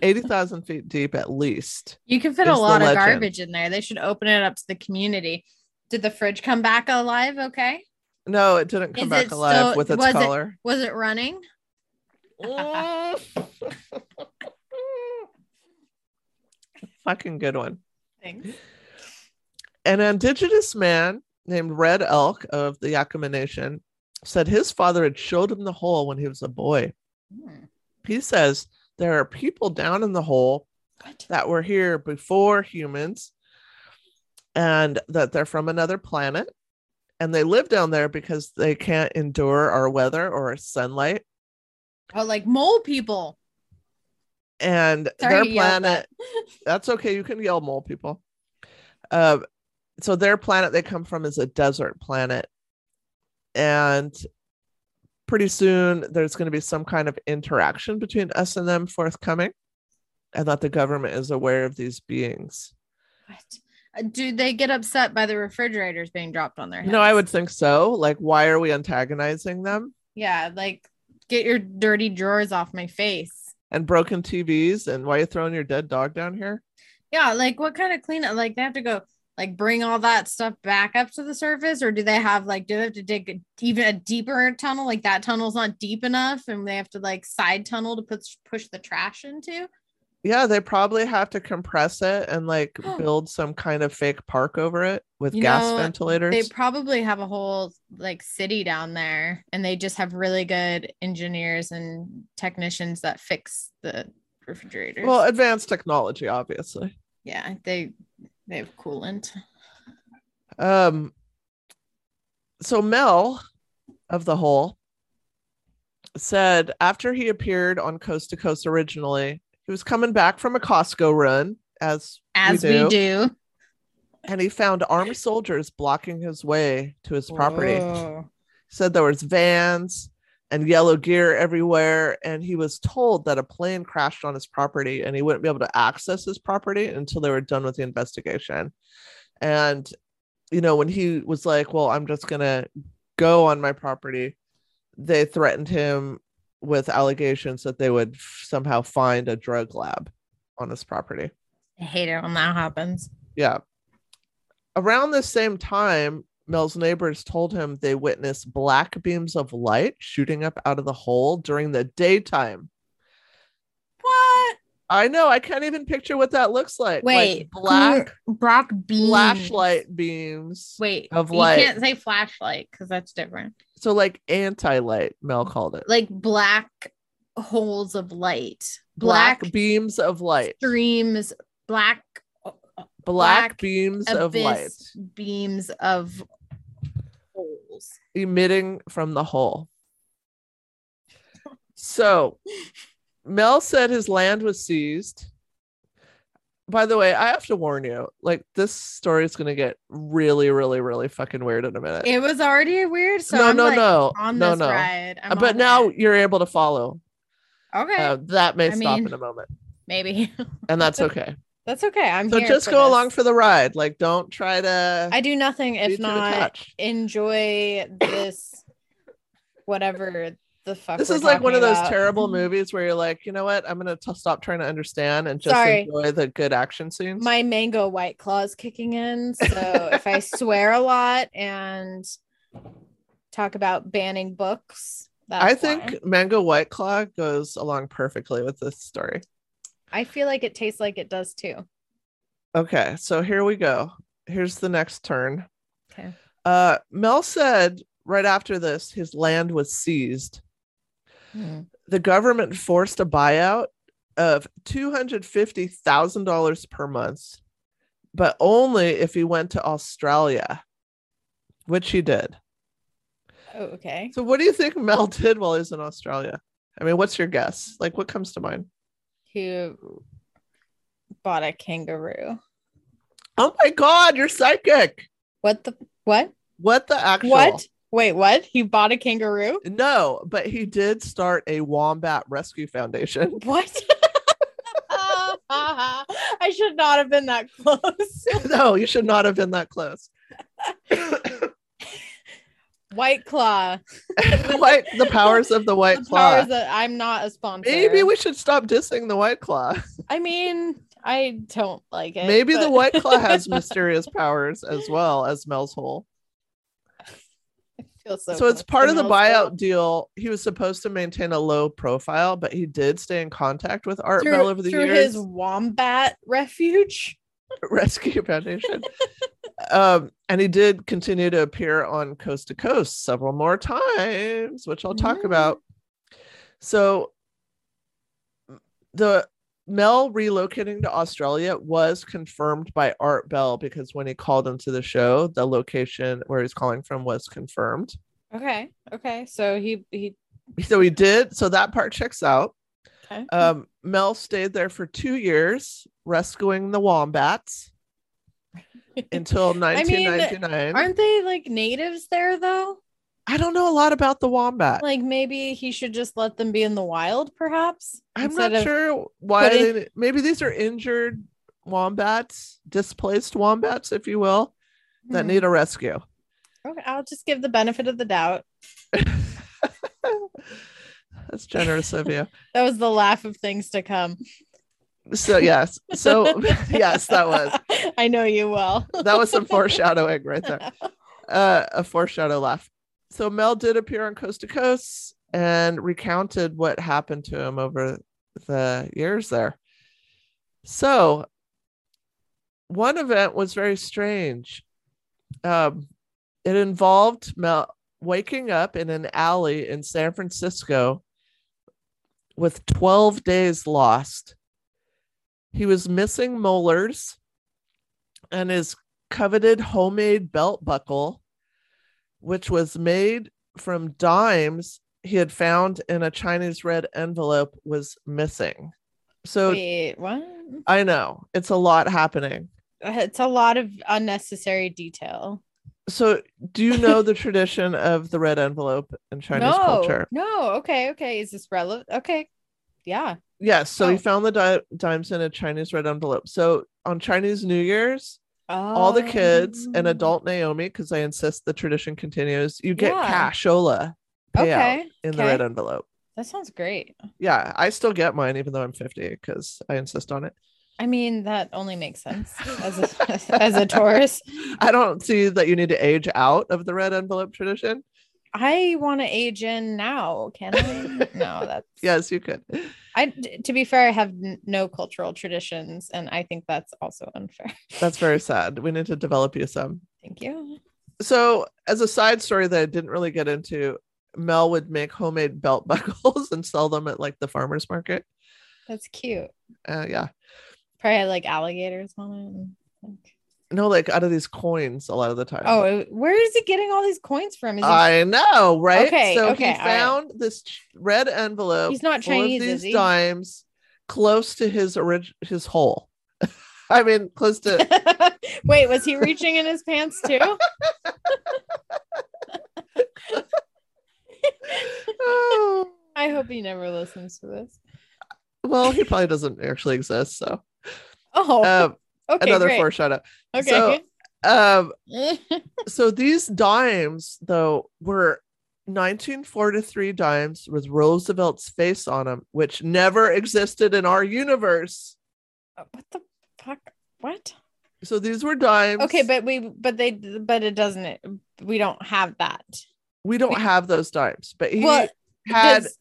S2: 80,000 feet deep at least.
S1: you can fit a
S2: It's the
S1: lot of
S2: legend.
S1: garbage in there. They should open it up to the community. Did the fridge come back alive? Okay.
S2: No, it didn't come
S1: Is
S2: back
S1: it
S2: alive
S1: still-
S2: with its
S1: was it-
S2: collar.
S1: Was it running?
S2: Fucking good one.
S1: Thanks.
S2: An indigenous man named Red Elk of the Yakima Nation said his father had showed him the hole when he was a boy.
S1: Hmm.
S2: He says there are people down in the hole
S1: What?
S2: that were here before humans and that they're from another planet and they live down there because they can't endure our weather or our sunlight
S1: Oh, like mole people.
S2: and
S1: Sorry
S2: their
S1: to yell,
S2: planet that's okay. You can yell mole people. Uh, so their planet they come from is a desert planet, and pretty soon there's going to be some kind of interaction between us and them forthcoming, and that the government is aware of these beings.
S1: What? Uh, Do they get upset by the refrigerators being dropped on their head?
S2: No, I would think so. Like, why are we antagonizing them?
S1: Yeah, like get your dirty drawers off my face.
S2: And broken TVs, and why are you throwing your dead dog down here?
S1: Yeah, like what kind of cleanup? Like they have to go like bring all that stuff back up to the surface, or do they have like do they have to dig a- even a deeper tunnel? Like that tunnel's not deep enough, and they have to like side tunnel to put push the trash into.
S2: Yeah, they probably have to compress it and like build some kind of fake park over it with
S1: You
S2: gas
S1: know,
S2: ventilators.
S1: They probably have a whole like city down there, and they just have really good engineers and technicians that fix the refrigerators.
S2: Well, advanced technology, obviously.
S1: yeah, they they have coolant.
S2: Um, so Mel of the Hole said after he appeared on Coast to Coast originally, he was coming back from a Costco run as
S1: As
S2: do.
S1: we do.
S2: and he found armed soldiers blocking his way to his property.
S1: Whoa.
S2: Said there was vans and yellow gear everywhere, and he was told that a plane crashed on his property and he wouldn't be able to access his property until they were done with the investigation. And you know, when he was like, Well, I'm just gonna go on my property, they threatened him with allegations that they would f- somehow find a drug lab on his property.
S1: I hate it when that happens.
S2: Yeah. Around the same time, Mel's neighbors told him they witnessed black beams of light shooting up out of the hole during the daytime.
S1: What?
S2: I know, I can't even picture what that looks like.
S1: Wait,
S2: like black
S1: Brock beams.
S2: flashlight beams.
S1: Wait,
S2: of light.
S1: you can't say flashlight because that's different.
S2: So like anti-light, Mel called it.
S1: Like black holes of light,
S2: Black,
S1: black,
S2: beams of light.
S1: streams, black
S2: Black,
S1: black
S2: beams of
S1: abyss
S2: light
S1: beams of holes.
S2: emitting from the hole. So Mel said his land was seized. By the way, I have to warn you, like this story is gonna get really, really, really fucking weird in a minute.
S1: It was already weird. So
S2: no,
S1: I'm
S2: no,
S1: like,
S2: no,
S1: On
S2: no,
S1: this
S2: no. Uh,
S1: ride, I'm
S2: but
S1: on
S2: now
S1: it.
S2: you're able to follow.
S1: okay,
S2: Uh, that may
S1: I
S2: stop
S1: mean-
S2: in a moment,
S1: maybe
S2: and that's okay.
S1: that's okay. I'm
S2: so
S1: here
S2: just
S1: for
S2: go
S1: this.
S2: along for the ride. Like, don't try to.
S1: I do nothing
S2: be
S1: if
S2: too
S1: not
S2: attached.
S1: enjoy this whatever the fuck.
S2: This
S1: we're
S2: is like one of
S1: talking
S2: those
S1: about.
S2: terrible movies where you're like, you know what? I'm gonna t- stop trying to understand and just
S1: Sorry.
S2: enjoy the good action scenes.
S1: My mango white claw is kicking in. So if I swear a lot and talk about banning books, that's
S2: I think
S1: why.
S2: Mango White Claw goes along perfectly with this story.
S1: I feel like it tastes like it does too.
S2: Okay, so here we go. Here's the next turn.
S1: Okay.
S2: Uh, Mel said right after this, his land was seized.
S1: Hmm.
S2: The government forced a buyout of $250,000 per month, but only if he went to Australia, which he did.
S1: Oh, okay.
S2: So, what do you think Mel did while he was in Australia? I mean, what's your guess? Like, what comes to mind?
S1: Who bought a kangaroo?
S2: Oh my God, you're psychic.
S1: What the what?
S2: What the actual?
S1: What? Wait, what? He bought a kangaroo?
S2: No, but he did start a wombat rescue foundation.
S1: What? I should not have been that close.
S2: no, you should not have been that close.
S1: White Claw.
S2: white, the powers of the white
S1: The
S2: claw.
S1: powers that I'm not a sponsor.
S2: Maybe we should stop dissing the white claw.
S1: I mean, I don't like it.
S2: Maybe the
S1: but-
S2: white claw has mysterious powers as well as Mel's hole.
S1: I feel
S2: So,
S1: so,
S2: it's part of the buyout
S1: close
S2: deal. He was supposed to maintain a low profile, but he did stay in contact with Art
S1: to
S2: Bell
S1: Mel's
S2: over the
S1: through
S2: years.
S1: his wombat refuge.
S2: Rescue Foundation. um, and he did continue to appear on Coast to Coast several more times, which I'll talk
S1: Mm.
S2: about. So the Mel relocating to Australia was confirmed by Art Bell because when he called into the show, the location where he's calling from was confirmed.
S1: Okay. Okay. So he he
S2: So he did. So that part checks out.
S1: okay.
S2: Um, Mel stayed there for two years, rescuing the wombats until
S1: I mean,
S2: 1999.
S1: Aren't they like natives there though?
S2: I don't know a lot about the wombat.
S1: Like maybe he should just let them be in the wild, perhaps.
S2: I'm
S1: instead
S2: not
S1: of-
S2: sure why
S1: putting-
S2: they, maybe these are injured wombats, displaced wombats, if you will, that
S1: Hmm.
S2: need a rescue.
S1: Okay, I'll just give the benefit of the doubt.
S2: That's generous of you.
S1: That was the laugh of things to come.
S2: So yes. So yes, that was
S1: I know you well.
S2: that was some foreshadowing right there. Uh, a foreshadow laugh. So Mel did appear on Coast to Coast and recounted what happened to him over the years there. So one event was very strange. Um, it involved Mel waking up in an alley in San Francisco with 12 days lost. He was missing molars and his coveted homemade belt buckle, which was made from dimes he had found in a Chinese red envelope, was missing. So
S1: Wait, what?
S2: I know it's a lot happening.
S1: Uh, It's a lot of unnecessary detail.
S2: So, do you know the tradition of the red envelope in Chinese
S1: no,
S2: culture?
S1: no. Okay, okay. Is this relevant? Okay, yeah.
S2: Yes. So, he
S1: Oh.
S2: found the di- dimes in a Chinese red envelope. So, on Chinese New Year's,
S1: Oh.
S2: all the kids
S1: Um.
S2: and adult Naomi, because I insist the tradition continues, you get
S1: Yeah.
S2: cashola payout
S1: Okay,
S2: in the red
S1: okay.
S2: envelope.
S1: that sounds great.
S2: Yeah. I still get mine, even though I'm 50, because I insist on it.
S1: I mean, that only makes sense as a, as a Taurus.
S2: I don't see that you need to age out of the red envelope tradition.
S1: I want to age in now. Can I? No, that's
S2: Yes, you could.
S1: I d- to be fair, I have n- no cultural traditions, and I think that's also unfair.
S2: That's very sad. We need to develop you some.
S1: Thank you.
S2: so as a side story that I didn't really get into, Mel would make homemade belt buckles and sell them at like the farmers market.
S1: That's cute.
S2: Uh, yeah,
S1: Probably had like alligators on it. and, like-
S2: no, like out of these coins a lot of the time.
S1: Oh, it- where is he getting all these coins from? Is he,
S2: I know, right?
S1: Okay,
S2: so
S1: okay, all right.
S2: he found this ch- red envelope
S1: he's not
S2: full of
S1: Chinese, is
S2: these
S1: he?
S2: dimes close to his orig- his hole. I mean, close to
S1: Wait, was he reaching in his pants too?
S2: oh,
S1: I hope he never listens to this.
S2: well, he probably doesn't actually exist. So
S1: Oh,
S2: um,
S1: okay,
S2: another
S1: great.
S2: foreshadow.
S1: Okay.
S2: Um,
S1: So,
S2: so these dimes though were 1943 dimes with Roosevelt's face on them, which never existed in our universe.
S1: Uh, What the fuck? What?
S2: So these were dimes.
S1: Okay, but we but they but it doesn't it, we don't have that.
S2: we don't have those dimes. But he
S1: well,
S2: had
S1: does-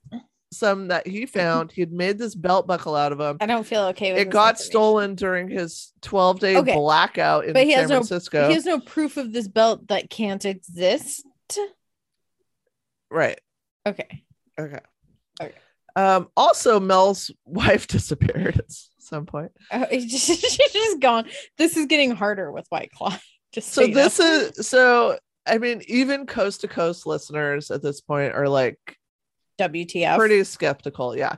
S2: some that he found. He had made this belt buckle out of them.
S1: I don't feel okay with
S2: It
S1: this
S2: got
S1: information.
S2: stolen during his 12 day
S1: Okay.
S2: blackout in
S1: But he
S2: San
S1: has no-
S2: Francisco.
S1: He has no proof of this belt that can't exist.
S2: right.
S1: Okay.
S2: Okay.
S1: Okay.
S2: Um, also, Mel's wife disappeared at some point.
S1: Oh, it's just, she's just gone. This is getting harder with White Claw. Just
S2: So,
S1: so, you know.
S2: this is so, I mean, even coast to coast listeners at this point are like
S1: WTF.
S2: pretty skeptical. Yeah.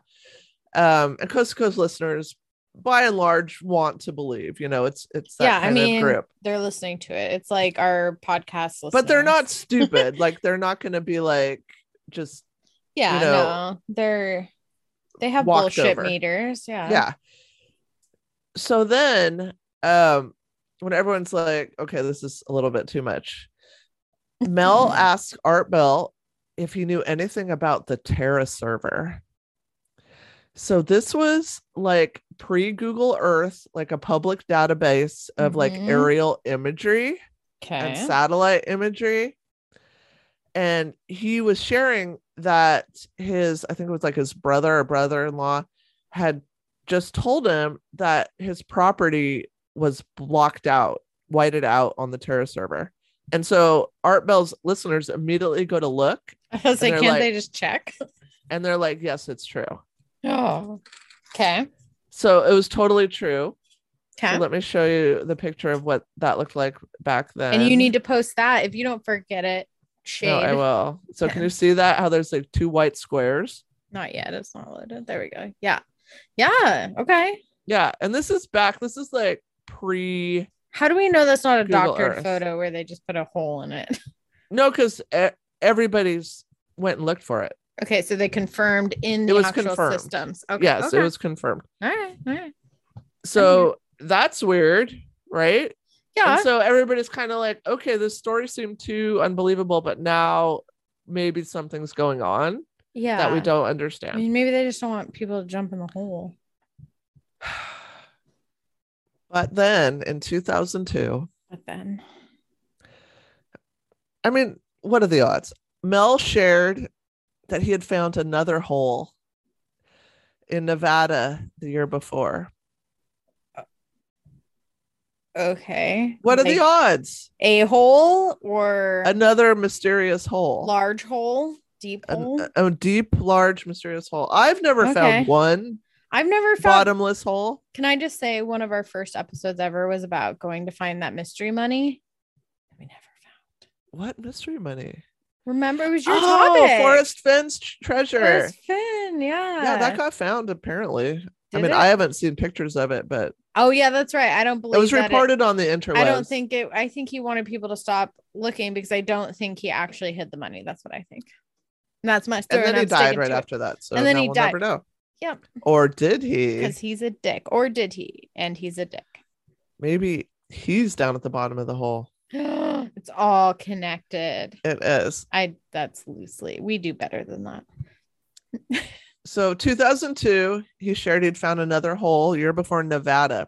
S2: Um, and coast to coast listeners, by and large, want to believe, you know, it's, it's that
S1: yeah, I
S2: kind
S1: mean,
S2: of group.
S1: they're listening to it. It's like our podcast. Listeners.
S2: but they're not stupid like they're not going to be like just
S1: Yeah,
S2: you know,
S1: no, they're they have
S2: walked
S1: bullshit
S2: over.
S1: meters. Yeah.
S2: yeah. so then um when everyone's like okay this is a little bit too much mel asks art bell if he knew anything about the terra server so this was like pre google earth like a public database of like
S1: Mhm.
S2: aerial imagery and
S1: Okay.
S2: satellite imagery. And he was sharing that his, I think it was like his brother or brother in law had just told him that his property was blocked out, whited out on the Terra server. And so Art Bell's listeners immediately go to look
S1: I was
S2: and
S1: like,
S2: they're
S1: can't
S2: like-
S1: they just check?
S2: and they're like, yes, it's true.
S1: Oh. Okay.
S2: So it was totally true. So
S1: Okay.
S2: let me show you the picture of what that looked like back then.
S1: And you need to post that if you don't forget it. Shade.
S2: No, I will. So can
S1: Okay.
S2: you see that? How there's like two white squares.
S1: Not yet. It's not loaded. There we go. Yeah. Yeah. Okay.
S2: Yeah, and this is back. This is like pre
S1: How do we know that's not a
S2: Google
S1: doctored
S2: Earth.
S1: photo where they just put a hole in it?
S2: no, because everybody's went and looked for it.
S1: Okay, so they confirmed in
S2: It
S1: the
S2: was
S1: actual
S2: confirmed.
S1: systems. Okay.
S2: yes,
S1: okay.
S2: it was confirmed.
S1: all right, all right.
S2: So that's weird, right?
S1: Yeah.
S2: And so everybody's kind of like, okay, this story seemed too unbelievable, but now maybe something's going on
S1: yeah.
S2: that we don't
S1: I
S2: understand.
S1: mean, maybe they just don't want people to jump in the hole.
S2: But then in 2002,
S1: But then
S2: I mean, what are the odds? Mel shared that he had found another hole in Nevada the year before.
S1: okay.
S2: What are the
S1: Like,
S2: odds?
S1: a hole or a
S2: Another mysterious hole.
S1: large hole, deep hole?
S2: An- uh, a deep, large, mysterious hole. I've never
S1: Okay.
S2: found one
S1: I've never found
S2: bottomless hole.
S1: Can I just say one of our first episodes ever was about going to find that mystery money? that We never found.
S2: What mystery money?
S1: Remember, it was your
S2: oh,
S1: topic.
S2: Forrest Fenn's tr- treasure.
S1: Forrest Finn. Yeah.
S2: yeah, that got found apparently. I
S1: Did
S2: mean,
S1: it?
S2: I haven't seen pictures of it, but
S1: Oh yeah, that's right. I don't believe
S2: it was
S1: that
S2: reported on the interwebs.
S1: I don't think it. I think he wanted people to stop looking because I don't think he actually hid the money. That's what I think. And that's my
S2: and
S1: story.
S2: then he
S1: I'm
S2: died
S1: sticking
S2: right
S1: to it.
S2: after that. So
S1: And then
S2: now
S1: he
S2: we'll never
S1: died.
S2: know.
S1: Yep.
S2: Or did he?
S1: Because he's a dick, or did he? And he's a dick.
S2: Maybe he's down at the bottom of the hole.
S1: it's all connected.
S2: It is.
S1: I. That's loosely. We do better than that.
S2: So 2002, he shared he'd found another hole year before in Nevada.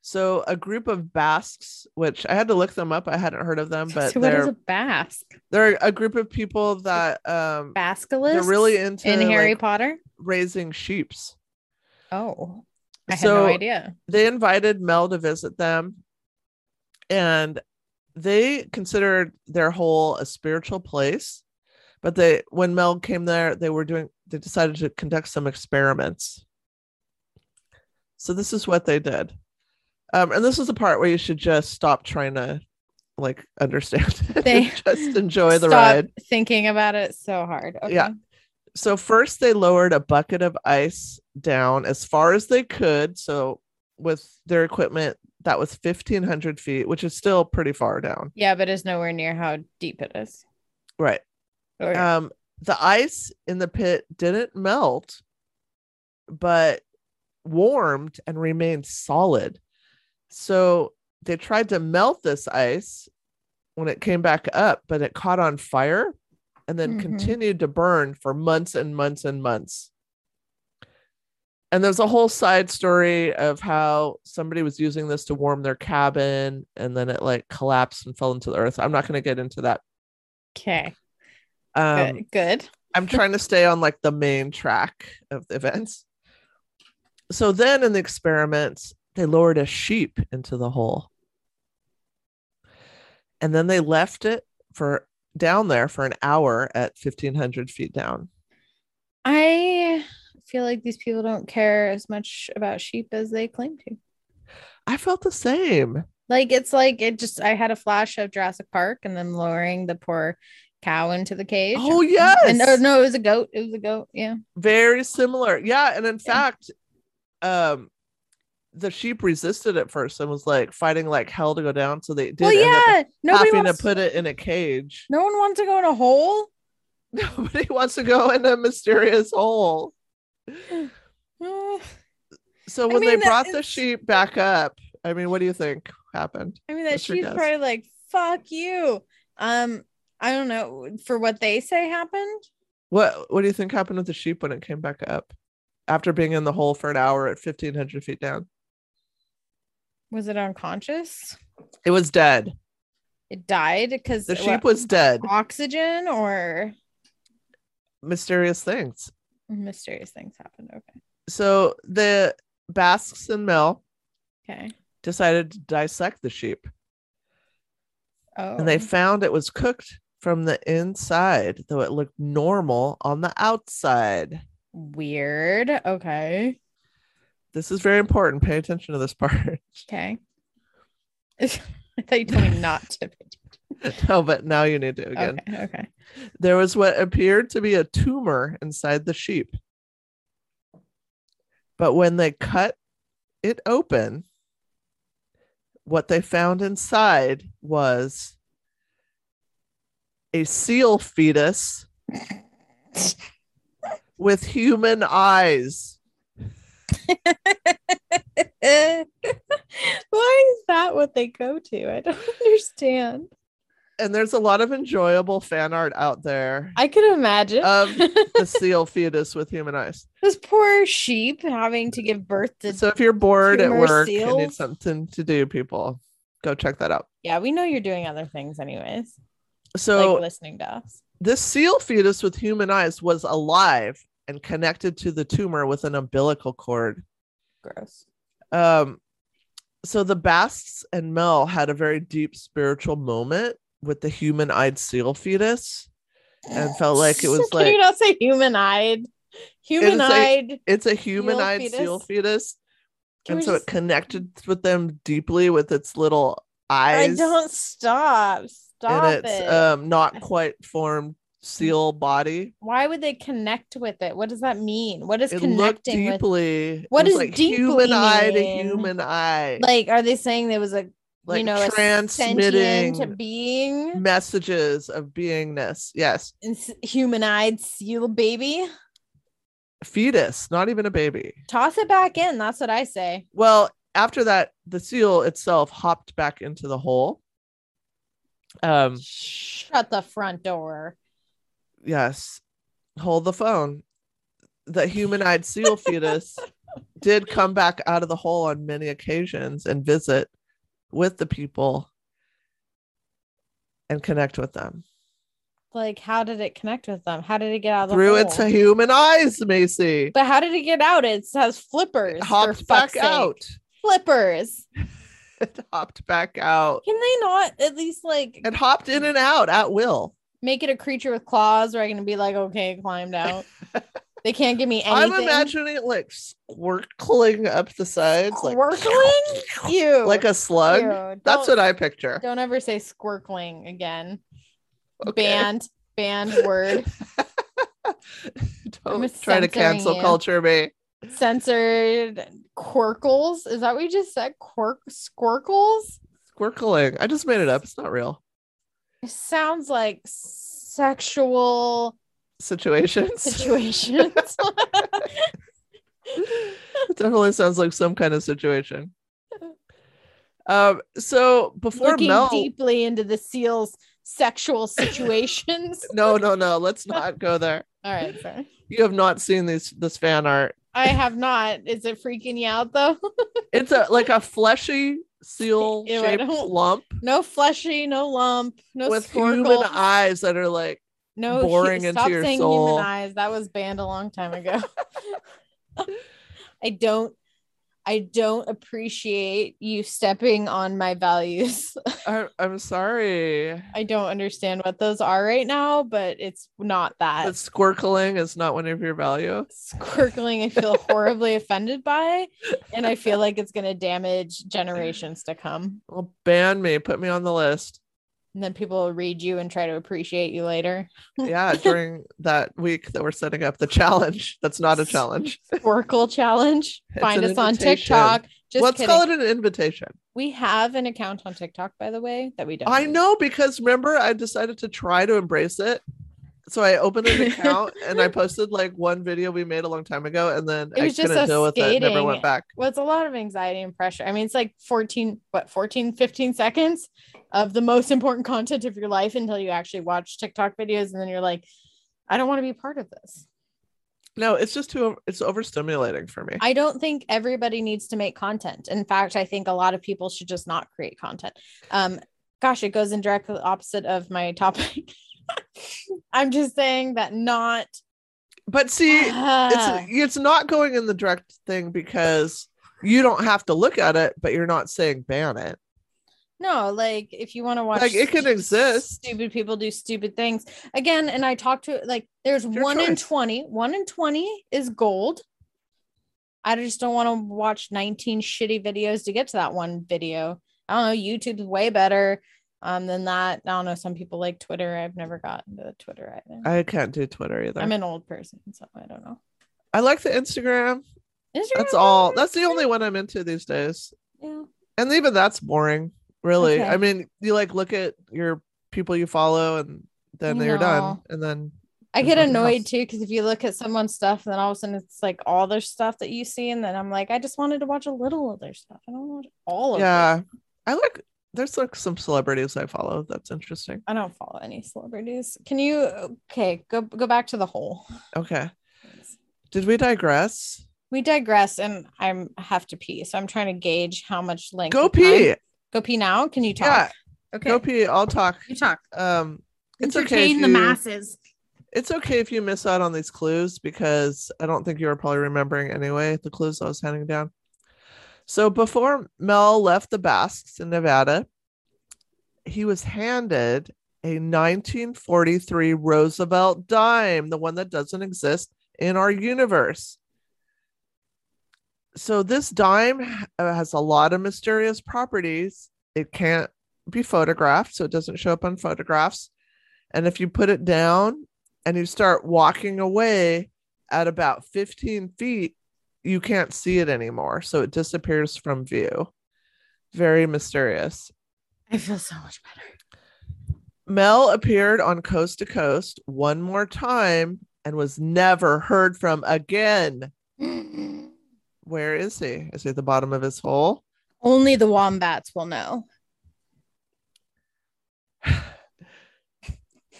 S2: So a group of Basques, which I had to look them up. I hadn't heard of them, Um, but
S1: so what is
S2: they're
S1: a Basque?
S2: they're a group of people that um
S1: Basculus.
S2: they're really into
S1: in Harry
S2: like,
S1: Potter.
S2: raising sheeps.
S1: Oh, I had
S2: So-
S1: no idea.
S2: they invited Mel to visit them, and they considered their whole a spiritual place. But they, when Mel came there, they were doing. They decided to conduct some experiments. So this is what they did, um, and this is the part where you should just stop trying to, like, understand. it
S1: They
S2: and just enjoy the
S1: Stop
S2: ride.
S1: Thinking about it so hard. Okay.
S2: Yeah. So first, they lowered a bucket of ice down as far as they could. So with their equipment, that was fifteen hundred feet, which is still pretty far down.
S1: Yeah, but it's nowhere near how deep it is.
S2: Right.
S1: Okay.
S2: Um, the ice in the pit didn't melt, but warmed and remained solid. So they tried to melt this ice when it came back up, but it caught on fire and then
S1: Mhm.
S2: continued to burn for months and months and months. And there's a whole side story of how somebody was using this to warm their cabin and then it like collapsed and fell into the earth. I'm not going to get into that.
S1: Okay.
S2: Um,
S1: Good. Good.
S2: I'm trying to stay on like the main track of the events. So then in the experiments, they lowered a sheep into the hole. And then they left it for down there for an hour at 1500 feet down.
S1: I feel like these people don't care as much about sheep as they claim to.
S2: I felt the same.
S1: Like it's like it just I had a flash of Jurassic Park and them lowering the poor cow into the cage.
S2: Oh,
S1: And
S2: yes.
S1: oh no, it was a goat. It was a goat. Yeah.
S2: Very similar. Yeah. And in
S1: Yeah.
S2: fact, um, the sheep resisted at first and was like fighting like hell to go down. So they did
S1: well,
S2: end up
S1: yeah. Nobody
S2: having to
S1: wants,
S2: put it in a cage.
S1: no one wants to go in a hole.
S2: Nobody wants to go in a mysterious hole.
S1: Mm.
S2: So when
S1: mean,
S2: they brought the
S1: it's-
S2: sheep back up, I mean, what do you think happened?
S1: I mean, that
S2: What's your
S1: she's
S2: guess?
S1: probably like, fuck you. Um, I don't know for what they say happened.
S2: What What do you think happened with the sheep when it came back up after being in the hole for an hour at fifteen hundred feet down?
S1: Was it unconscious?
S2: It was dead.
S1: It died because
S2: The sheep was dead.
S1: oxygen or
S2: Mysterious things.
S1: mysterious things happened. Okay.
S2: So the Basques and Mel
S1: Okay.
S2: decided to dissect the sheep,
S1: Oh.
S2: and they found it was cooked from the inside, though it looked normal on the outside.
S1: Oh, weird. Okay.
S2: This is very important. Pay attention to this part.
S1: Okay. I thought you told me not to.
S2: no, but now you need to again.
S1: Okay. Okay.
S2: There was what appeared to be a tumor inside the sheep. But when they cut it open, what they found inside was a seal fetus with human eyes.
S1: Why is that what they go to? I don't understand.
S2: And there's a lot of enjoyable fan art out there
S1: I could imagine
S2: Of- the seal fetus with human eyes.
S1: this poor sheep having to give birth to.
S2: So if you're bored at
S1: tumor
S2: work and need
S1: seals?
S2: something to do, people go check that out.
S1: yeah, we know you're doing other things, anyways,
S2: So
S1: like listening to us.
S2: This seal fetus with human eyes was alive and connected to the tumor with an umbilical cord.
S1: Gross.
S2: Um, so the Basques and Mel had a very deep spiritual moment with the human eyed seal fetus and felt like it was
S1: Can you
S2: like
S1: not say human-eyed? Human-eyed.
S2: it's a human eyed seal
S1: fetus?
S2: fetus.
S1: Can
S2: and
S1: we
S2: so
S1: just-
S2: it connected with them deeply with its little eyes.
S1: I don't stop. Stop
S2: and its
S1: it.
S2: um not quite formed seal body.
S1: Why would they connect with it? What does that mean? What is
S2: it looked
S1: connecting with?
S2: deeply.
S1: What
S2: it was
S1: does
S2: like
S1: deeply
S2: human eye to
S1: mean?
S2: human eye?
S1: Like, are they saying there was a
S2: Like
S1: you know a
S2: transmitting Mm-hmm.
S1: sentient being,
S2: messages of beingness. Yes,
S1: Ins- human-eyed seal baby?
S2: fetus, not even a baby.
S1: Toss it back in. That's what I say.
S2: Well, after that, the seal itself hopped back into the hole. Um,
S1: Shut the front door.
S2: yes, hold the phone. The human-eyed seal fetus did come back out of the hole on many occasions and visit with the people and connect with them.
S1: Like, how did it connect with them? How did it get out of the
S2: through
S1: hole?
S2: its human eyes, Macy.
S1: But how did it get out? It has flippers.
S2: It
S1: for
S2: hopped
S1: fuck's
S2: back
S1: sake.
S2: out.
S1: Flippers.
S2: It hopped back out.
S1: Can they not at least like
S2: It hopped in and out at will.
S1: make it a creature with claws where I can be like, okay, climbed out. they can't give me anything.
S2: I'm imagining it like squirkling up the sides, like
S1: Squirkling? Ew.
S2: like a slug.
S1: Ew.
S2: That's
S1: Don't-
S2: what I picture.
S1: Don't ever say squirkling again.
S2: Okay.
S1: Banned. Banned word.
S2: Don't
S1: just
S2: try to
S1: censoring
S2: cancel
S1: you.
S2: culture me.
S1: Censored quirkles. Is that what you just said? Quirk squirkles?
S2: Squirkling. I just made it up. It's not real.
S1: It sounds like sexual
S2: Situations.
S1: situations.
S2: it definitely sounds like some kind of situation. Um, so before
S1: Looking
S2: Mel
S1: deeply into the seal's sexual situations.
S2: No, no, no. Let's not go there.
S1: All right, sorry.
S2: You have not seen these this fan art.
S1: I have not. Is it freaking you out though?
S2: It's a like a fleshy seal
S1: Ew, I
S2: shaped
S1: don't-
S2: lump
S1: no fleshy, no lump, no
S2: with
S1: sparkle,
S2: human eyes that are like
S1: no hu-
S2: boring into
S1: stop
S2: your
S1: saying
S2: soul.
S1: human eyes. That was banned a long time ago. I don't. I don't appreciate you stepping on my values.
S2: I, I'm sorry.
S1: I don't understand what those are right now, but it's not that.
S2: But squirkling is not one of your value.
S1: squirkling I feel horribly offended by, and I feel like it's going to damage generations to come.
S2: Well, ban me. Put me on the list.
S1: And then people will read you and try to appreciate you later.
S2: Yeah, during that week that we're setting up the challenge. That's not a challenge.
S1: Squirkle challenge.
S2: It's
S1: Find
S2: an
S1: us on
S2: invitation.
S1: TikTok. Just
S2: Let's
S1: kidding.
S2: call it an invitation.
S1: we have an account on TikTok, by the way, that we don't.
S2: I
S1: use.
S2: know because remember I decided to try to embrace it. So I opened an account and I posted like one video we made a long time ago and then
S1: It
S2: I
S1: was just
S2: couldn't
S1: us
S2: deal with it. Never
S1: skating.
S2: went back.
S1: Well, it's a lot of anxiety and pressure. I mean, it's like 14, what, 14, 15 seconds of the most important content of your life until you actually watch TikTok videos. And then you're like, I don't want to be part of this.
S2: No, it's just too it's overstimulating for me.
S1: I don't think everybody needs to make content. In fact, I think a lot of people should just not create content. Um, gosh, it goes in directly opposite of my topic. I'm just saying that not.
S2: But see,
S1: Ah,
S2: it's it's not going in the direct thing because you don't have to look at it, but you're not saying ban it.
S1: no, like if you want to watch,
S2: Like, it can
S1: stu-
S2: exist.
S1: Stupid people do stupid things again. And I talked to like there's
S2: your
S1: one in
S2: choice.
S1: twenty. One in twenty is gold. I just don't want to watch 19 shitty videos to get to that one video. I don't know. YouTube's way better um, than that. I don't know. Some people like Twitter. I've never gotten to Twitter either.
S2: I can't do Twitter either.
S1: I'm an old person, so I don't know.
S2: I like the Instagram.
S1: Instagram,
S2: That's all.
S1: Twitter?
S2: That's the only one I'm into these days.
S1: Yeah.
S2: And even that's boring, really.
S1: Okay.
S2: I mean, you like look at your people you follow and then they're done.
S1: No.
S2: And then
S1: I
S2: There's
S1: get
S2: nothing
S1: annoyed
S2: else.
S1: too because if you look at someone's stuff, and then all of a sudden it's like all their stuff that you see, and then I'm like, I just wanted to watch a little of their stuff. I don't want all of. Yeah.
S2: yeah. I like there's like some celebrities I follow. That's interesting.
S1: I don't follow any celebrities. Can you? Okay, go go back to the hole.
S2: Okay. Did we digress?
S1: we digress and i'm I have to pee so i'm trying to gauge how much length
S2: Go
S1: of time-
S2: pee.
S1: go pee now can you talk
S2: Yeah.
S1: okay
S2: Go pee. I'll talk.
S1: you talk
S2: Um it's okay.
S1: entertain
S2: If
S1: the
S2: you,
S1: masses
S2: it's okay if you miss out on these clues because I don't think you were probably remembering anyway the clues I was handing down. So before Mel left the Basques in Nevada, he was handed a 1943 Roosevelt dime, the one that doesn't exist in our universe. So this dime ha- uh, has a lot of mysterious properties. It can't be photographed, so it doesn't show up on photographs. And if you put it down and you start walking away at about 15 feet, you can't see it anymore. So it disappears from view. Very mysterious.
S1: i feel so much better
S2: Mel appeared on Coast to Coast one more time and was never heard from again. Where is he? Is he at the bottom of his hole?
S1: only the wombats will know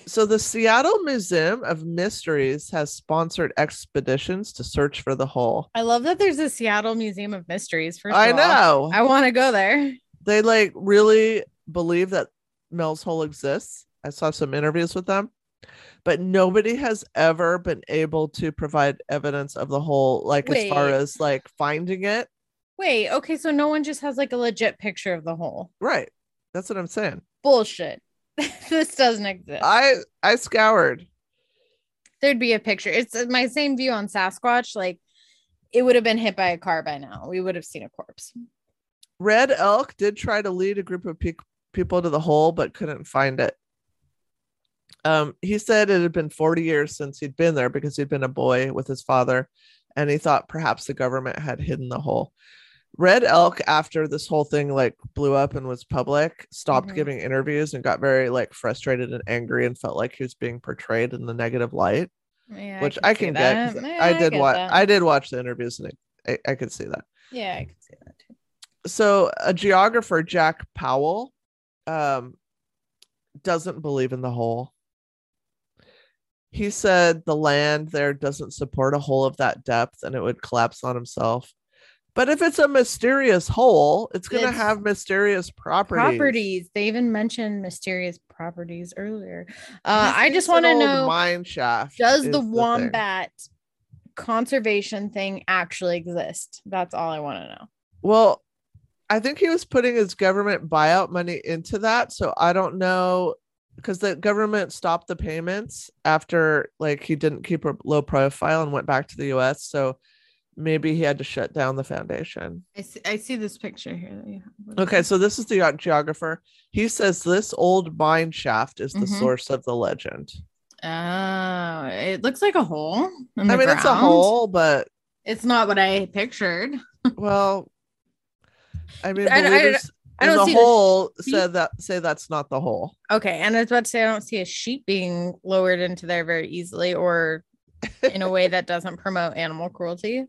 S2: So the Seattle Museum of Mysteries has sponsored expeditions to search for the hole.
S1: i love that there's a seattle museum of mysteries first
S2: I
S1: of all.
S2: know.
S1: i want to go there
S2: they like really believe that Mel's Hole exists. I saw some interviews with them, but nobody has ever been able to provide evidence of the hole, like as far
S1: Wait.
S2: as like finding it.
S1: wait okay so no one just has like a legit picture of the hole
S2: Right. That's what I'm saying.
S1: bullshit this doesn't exist
S2: I I scoured.
S1: there'd be a picture it's uh, my same view on sasquatch like it would have been hit by a car by now we would have seen a corpse
S2: Red Elk did try to lead a group of pe- people to the hole, but couldn't find it. Um, he said it had been 40 years since he'd been there because he'd been a boy with his father, and he thought perhaps the government had hidden the hole. Red Elk, after this whole thing like blew up and was public, stopped
S1: Mhm.
S2: giving interviews and got very like frustrated and angry and felt like he was being portrayed in the negative light
S1: Yeah,
S2: which I
S1: see
S2: can, get.
S1: that.
S2: 'cause
S1: Yeah,
S2: I did
S1: get
S2: watch.
S1: that.
S2: I did watch the interviews, and I, I, I could see that.
S1: yeah, I can see that too.
S2: So a geographer, Jack Powell, um, doesn't believe in the whole. He said the land there doesn't support a hole of that depth and it would collapse on himself. But if it's a mysterious hole, it's going to
S1: It's-
S2: have mysterious properties.
S1: Properties. They even mentioned mysterious properties earlier. Uh,
S2: He
S1: I
S2: thinks
S1: just want to
S2: an old
S1: know
S2: mine shaft.
S1: does
S2: is
S1: the
S2: thing.
S1: wombat conservation thing actually exist? That's all I want to know.
S2: Well, I think he was putting his government buyout money into that. So I don't know because the government stopped the payments after like he didn't keep a low profile and went back to the US. So maybe he had to shut down the foundation.
S1: I see, I see this picture here. That you have.
S2: Okay, so this is the ge- geographer. He says this old mine shaft is the
S1: Mhm.
S2: source of the legend.
S1: Oh, it looks like a hole. in the
S2: I mean, it's a
S1: ground.
S2: hole, but
S1: It's not what I pictured.
S2: well, I mean,
S1: I- I-
S2: believers
S1: I
S2: in
S1: don't
S2: the
S1: see the
S2: hole
S1: sheep.
S2: said that say that's not the hole.
S1: Okay, and I was about to say I don't see a sheep being lowered into there very easily or in a way that doesn't promote animal cruelty.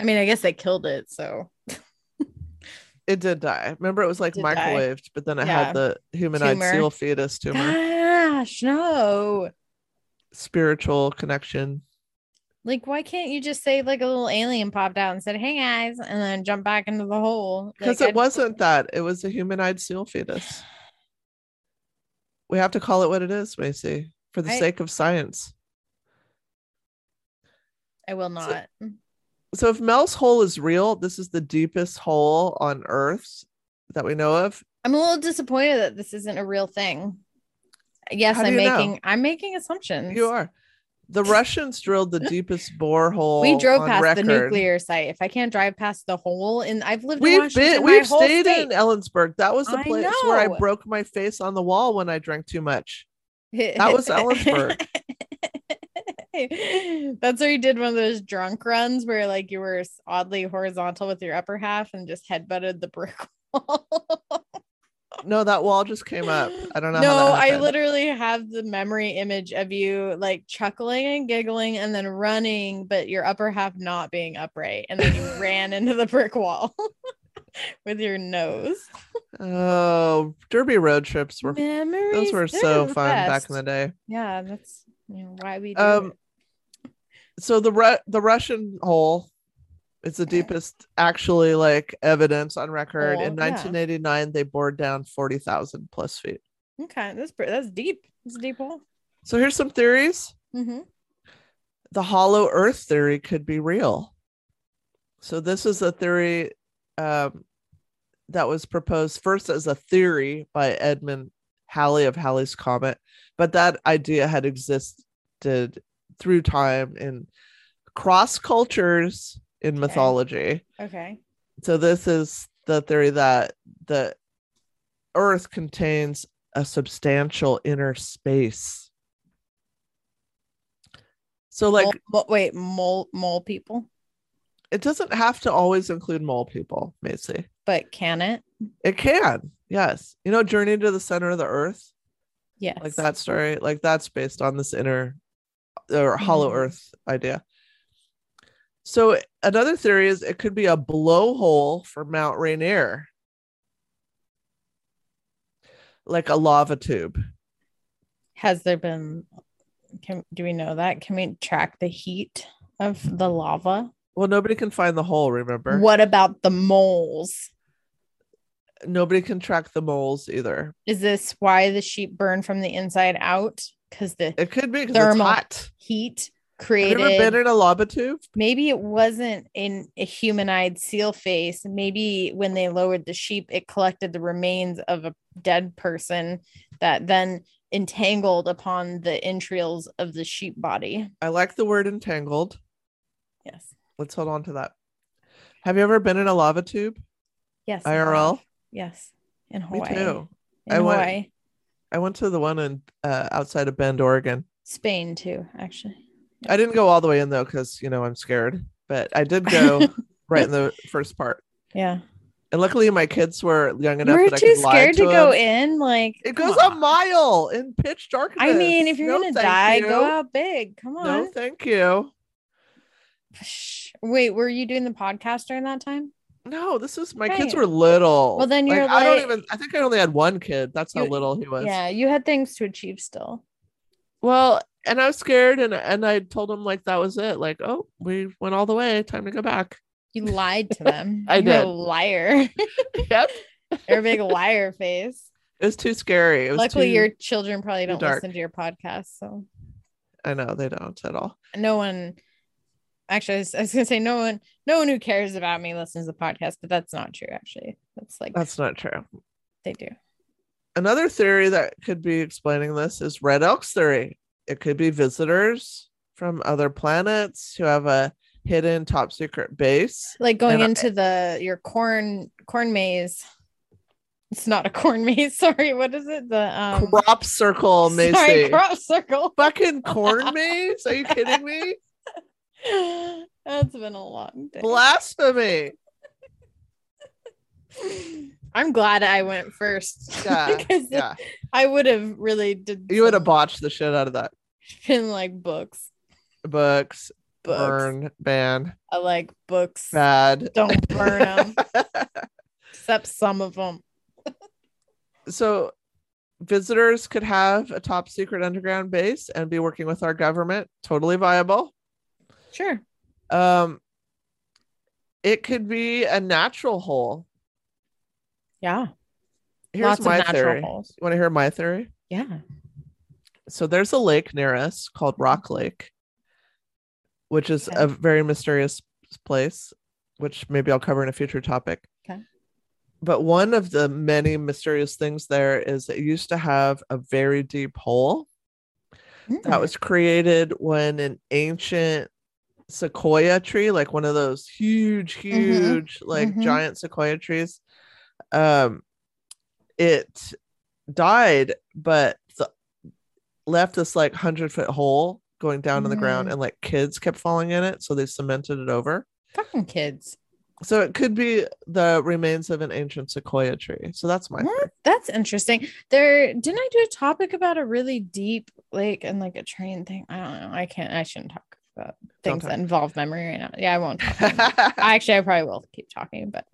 S1: I mean, I guess they killed it, so
S2: It did die. Remember, it was like
S1: Did die.
S2: microwaved, but then it
S1: Yeah.
S2: had the humanoid
S1: Tumor.
S2: seal fetus tumor
S1: gosh, no.
S2: spiritual connection.
S1: Like, why can't you just say like a little alien popped out and said, "Hey guys," and then jump back into the hole?
S2: Because
S1: Like,
S2: it wasn't that; it was a humanoid seal fetus. We have to call it what it is, Macy, for the
S1: I-
S2: sake of science.
S1: I, I will not.
S2: So, if Mel's hole is real, this is the deepest hole on Earth that we know of.
S1: I'm a little disappointed that this isn't a real thing. Yes,
S2: How do
S1: I'm
S2: you know?
S1: making I'm making assumptions.
S2: You are. The Russians drilled the deepest borehole.
S1: we drove
S2: on
S1: past
S2: record.
S1: the nuclear site. If I can't drive past the hole in I've lived in
S2: We've
S1: Washington
S2: been,
S1: my
S2: we've
S1: whole
S2: stayed
S1: state.
S2: in Ellensburg. That was the
S1: I
S2: place where I
S1: know.
S2: broke my face on the wall when I drank too much. That was Ellensburg.
S1: That's where you did one of those drunk runs where like you were oddly horizontal with your upper half and just headbutted the brick wall.
S2: No, that wall just came up. I don't know. how
S1: No,
S2: that
S1: I
S2: happened.
S1: literally have the memory image of you like chuckling and giggling and then running, but your upper half not being upright. And then you ran into the brick wall with your nose.
S2: Oh, Derby road trips were
S1: Memories.
S2: those were
S1: they're
S2: so
S1: the
S2: fun back
S1: best.
S2: in the day.
S1: Yeah, that's you know, why we do
S2: Um,
S1: it.
S2: So the Ru- the Russian hole is the deepest actually like evidence on record.
S1: Hole,
S2: in
S1: yeah.
S2: 1989, they bored down 40,000 plus feet.
S1: Okay, that's pretty, that's deep. It's a deep hole.
S2: So here's some theories.
S1: Mm-hmm.
S2: the hollow earth theory could be real. So this is a theory um, that was proposed first as a theory by Edmund Halley of Halley's Comet, but that idea had existed through time in cross cultures in mythology.
S1: Okay.
S2: So this is the theory that the earth contains a substantial inner space. So like
S1: mole, mo- wait, mole mole people,
S2: it doesn't have to always include mole people, Macy.
S1: but can it?
S2: It can, yes. You know, Journey to the Center of the Earth,
S1: Yes.
S2: like that story, like that's based on this inner or hollow
S1: Mhm.
S2: Earth idea. So another theory is it could be a blowhole for Mount Rainier, like a lava tube.
S1: Has there been? Can do we know that? Can we track the heat of the lava?
S2: Well, nobody can find the hole. Remember,
S1: What about the moles?
S2: nobody can track the moles either.
S1: Is this why the sheep burn from the inside out? Because the
S2: It could be because it's
S1: Thermal
S2: hot.
S1: heat
S2: Have you ever
S1: created.
S2: been in a lava tube?
S1: maybe it wasn't in a human-eyed seal face maybe when they lowered the sheep it collected the remains of a dead person that then entangled upon the entrails of the sheep body
S2: I like the word entangled.
S1: yes
S2: Let's hold on to that. Have you ever been in a lava tube?
S1: yes in
S2: IRL?
S1: Hawaii. yes in
S2: Me
S1: hawaii
S2: too.
S1: in
S2: I went-
S1: hawaii
S2: I went to the one in uh, outside of Bend, Oregon.
S1: spain too actually
S2: I didn't go all the way in though because you know I'm scared, but I did go right in the first part.
S1: yeah
S2: And luckily, my kids were young
S1: you
S2: enough
S1: were
S2: that I
S1: too
S2: could lie
S1: scared to,
S2: to
S1: go
S2: them.
S1: in like
S2: It
S1: come
S2: goes
S1: on.
S2: a mile in pitch darkness.
S1: i mean if you're
S2: No,
S1: gonna
S2: thank
S1: die go
S2: you.
S1: out big come on
S2: No, thank you.
S1: Psh. wait were you doing the podcast during that time
S2: No, this was my kids
S1: Right.
S2: were little.
S1: Well, then you're
S2: I don't
S1: like-
S2: even. I think I only had one kid. That's how
S1: You-
S2: little he was.
S1: Yeah, you had things to achieve still.
S2: Well, and I was scared, and and I told him like that was it. Like, oh, we went all the way. Time to go back.
S1: You lied to them.
S2: I
S1: You're
S2: did.
S1: a liar.
S2: yep,
S1: You're a big liar face.
S2: it was too scary. It was
S1: Luckily,
S2: too-
S1: your children probably don't
S2: dark.
S1: listen to your podcast, so
S2: I know they don't at all.
S1: no one. Actually, I was, I was gonna say no one, no one who cares about me listens to the podcast, but that's not true. Actually, that's like
S2: That's not true.
S1: they do.
S2: Another theory that could be explaining this is Red Elk's theory. It could be visitors from other planets who have a hidden top secret base.
S1: Like going
S2: And I-
S1: into the your corn corn maze. It's not a corn maze. Sorry, what is it? The um,
S2: crop circle, Macy.
S1: sorry, crop circle.
S2: Fucking corn maze? Are you kidding me?
S1: That's been a long day.
S2: Blasphemy.
S1: I'm glad I went first.
S2: Yeah,
S1: because
S2: Yeah.
S1: I would have really did.
S2: You would have
S1: some-
S2: botched the shit out of that.
S1: been like books,
S2: Books,
S1: books.
S2: burn, ban,
S1: I like books.
S2: bad.
S1: Don't burn them, except some of them.
S2: So visitors could have a top secret underground base and be working with our government. Totally viable.
S1: Sure.
S2: Um it could be a natural hole.
S1: Yeah.
S2: Here's
S1: Lots
S2: my
S1: of natural
S2: theory.
S1: holes.
S2: You want to hear my theory?
S1: Yeah.
S2: so there's a lake near us called Rock Lake, which is
S1: Mm-hmm. Okay.
S2: a very mysterious place, which maybe I'll cover in a future topic.
S1: Okay.
S2: But one of the many mysterious things there is it used to have a very deep hole that
S1: Mm.
S2: was created when an ancient sequoia tree, like one of those huge,
S1: Mm-hmm.
S2: huge, like
S1: Mhm.
S2: giant sequoia trees, um, it died, but the, left this like hundred foot hole going down in the ground,
S1: Mm.
S2: and like kids kept falling in it, so they cemented it over.
S1: fucking kids.
S2: So it could be the remains of an ancient sequoia tree. So that's my
S1: What?
S2: theory.
S1: That's interesting. There didn't I do a topic about a really deep lake and like a train thing? I don't know. I can't. I shouldn't talk about
S2: Don't
S1: things
S2: talk.
S1: that involve memory right now. Yeah, I won't. Talk anymore. I actually, I probably will keep talking, but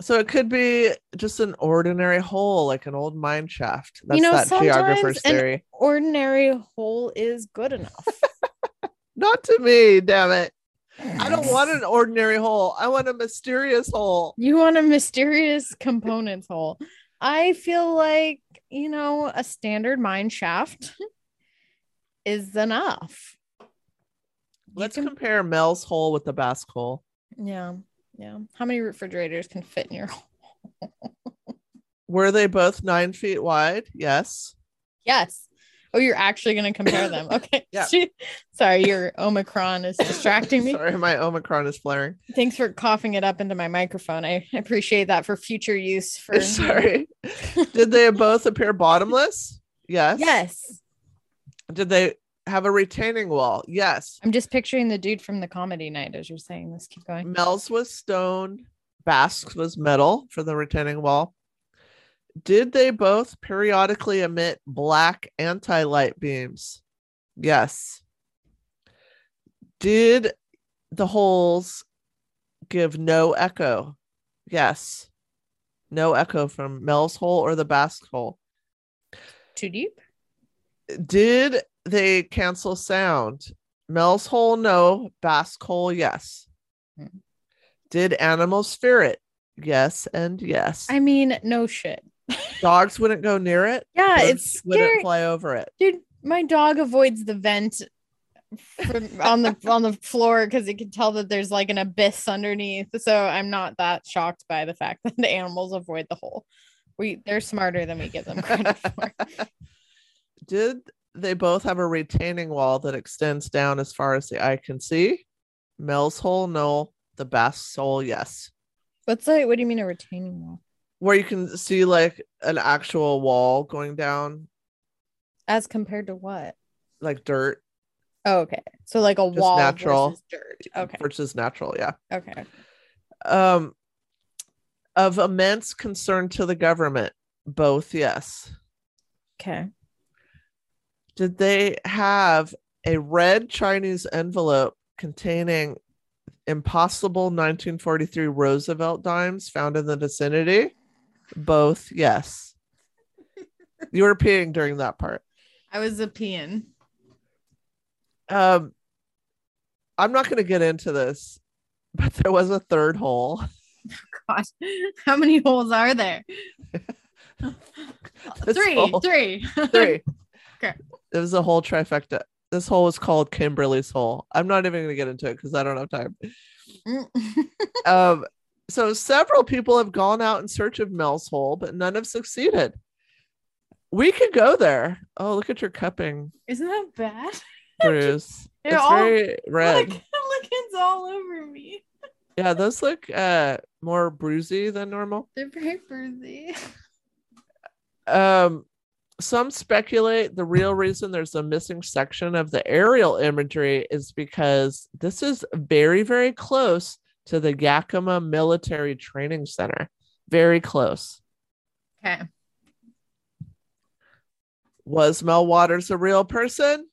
S2: so it could be just an ordinary hole, like an old mine shaft. That's
S1: You know,
S2: that geographer's
S1: sometimes an
S2: theory.
S1: ordinary hole is good enough.
S2: Not to me, damn it. I don't want an ordinary hole. I want a mysterious hole.
S1: You want a mysterious components hole. I feel like, you know, a standard mine shaft is enough. You
S2: Let's
S1: can-
S2: compare Mel's hole with the Basque hole.
S1: yeah. Yeah. How many refrigerators can fit in your hole?
S2: Were they both nine feet wide? Yes.
S1: Yes. Oh, you're actually going to compare them. Okay.
S2: Yeah.
S1: She- Sorry, your Omicron is distracting me.
S2: Sorry, my Omicron is flaring.
S1: Thanks for coughing it up into my microphone. I appreciate that for future use. For
S2: Sorry. Did they both appear bottomless? Yes.
S1: Yes.
S2: Did they have a retaining wall? Yes.
S1: I'm just picturing the dude from the comedy night as you're saying this. Keep going.
S2: Mel's was stone. Basque's was metal for the retaining wall. Did they both periodically emit black anti light beams? Yes. Did the holes give no echo? Yes. No echo from Mel's hole or the Basque hole.
S1: Too deep?
S2: Did they cancel sound? Mel's hole, no. Basque hole, yes.
S1: Hmm.
S2: Did animals fear it? Yes and yes.
S1: I mean, no shit.
S2: Dogs wouldn't go near it.
S1: Yeah,
S2: birds
S1: it's
S2: wouldn't
S1: scary.
S2: fly over it.
S1: Dude, my dog avoids the vent from on the on the floor because it can tell that there's like an abyss underneath. So I'm not that shocked by the fact that the animals avoid the hole. We they're smarter than we give them credit for.
S2: Did they both have a retaining wall that extends down as far as the eye can see? Mel's hole, no. The Basque's hole, yes.
S1: What's like what do you mean a retaining wall?
S2: Where you can see like an actual wall going down,
S1: As compared to what?
S2: like dirt
S1: Oh, okay. So like a
S2: Just
S1: wall
S2: natural.
S1: versus dirt. Okay.
S2: versus natural. Yeah.
S1: Okay.
S2: um of immense concern to the government both yes
S1: Okay.
S2: did they have a red chinese envelope containing impossible 1943 Roosevelt dimes found in the vicinity? Both, yes. you were peeing during that part.
S1: I was a peon.
S2: Um, I'm not going to get into this, but there was a third hole.
S1: God, how many holes are there?
S2: This
S1: Three,
S2: hole-
S1: three.
S2: Three.
S1: Okay.
S2: It was a whole trifecta. This hole was called Kimberly's hole. I'm not even going to get into it because I don't have time.
S1: Mm.
S2: um, so several people have gone out in search of Mel's hole, but none have succeeded. We could go there. Oh, look at your cupping,
S1: Isn't that bad?
S2: Bruce.
S1: They're
S2: it's
S1: all-
S2: very red.
S1: Look, look, it's all over me.
S2: Yeah, those look uh more bruisy than normal.
S1: They're very bruisey.
S2: Um, some speculate the real reason there's a missing section of the aerial imagery is because this is very, very close to the Yakima Military Training Center. Very close.
S1: Okay.
S2: Was Mel Waters a real person?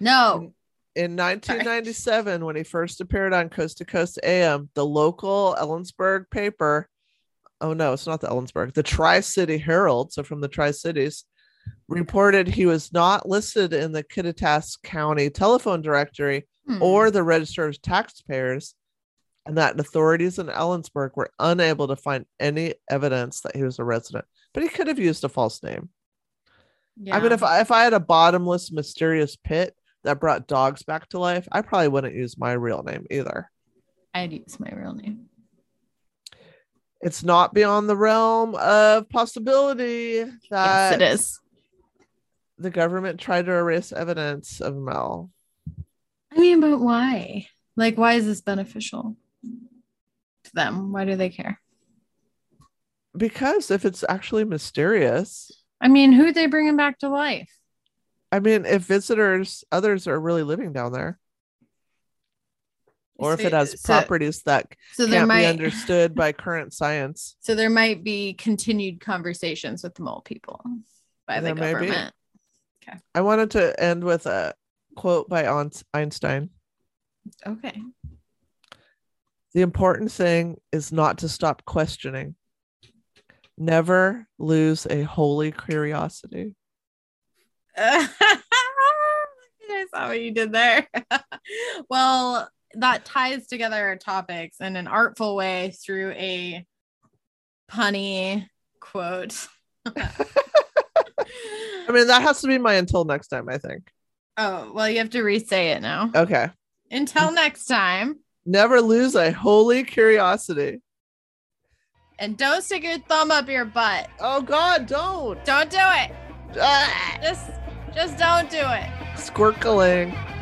S1: No.
S2: In 1997, when he first appeared on Coast to Coast AM, the local Ellensburg paper, oh no, it's not the Ellensburg, the Tri City Herald, so from the Tri Cities, reported he was not listed in the Kittitas County telephone directory
S1: Hmm.
S2: or the register of taxpayers, and that authorities in Ellensburg were unable to find any evidence that he was a resident. But he could have used a false name. I mean,
S1: Yeah.
S2: if I, if I had a bottomless, mysterious pit that brought dogs back to life, I probably wouldn't use my real name either.
S1: I'd use my real name.
S2: It's not beyond the realm of possibility
S1: yes,
S2: that
S1: it is.
S2: the government tried to erase evidence of Mel.
S1: I mean, but why? Like, why is this beneficial to them? Why do they care?
S2: Because if it's actually mysterious,
S1: I mean, who are they bringing back to life?
S2: I mean, if visitors, others are really living down there, or if
S1: So-
S2: it has
S1: so-
S2: properties that
S1: so there
S2: can't be
S1: might
S2: understood by current science,
S1: so there might be continued conversations with the mole people by the
S2: There may be.
S1: government.
S2: I wanted to end with a quote by Aunt Einstein.
S1: Okay.
S2: The important thing is not to stop questioning. Never lose a holy curiosity.
S1: I saw what you did there. well, that ties together our topics in an artful way through a punny quote.
S2: I mean, that has to be my until next time, I think.
S1: oh, well, you have to re say it now.
S2: Okay.
S1: Until next time,
S2: Never lose a holy curiosity.
S1: and don't stick your thumb up your butt.
S2: Oh, God, don't.
S1: Don't do it.
S2: Ah,
S1: Just, just don't do it.
S2: squirkling.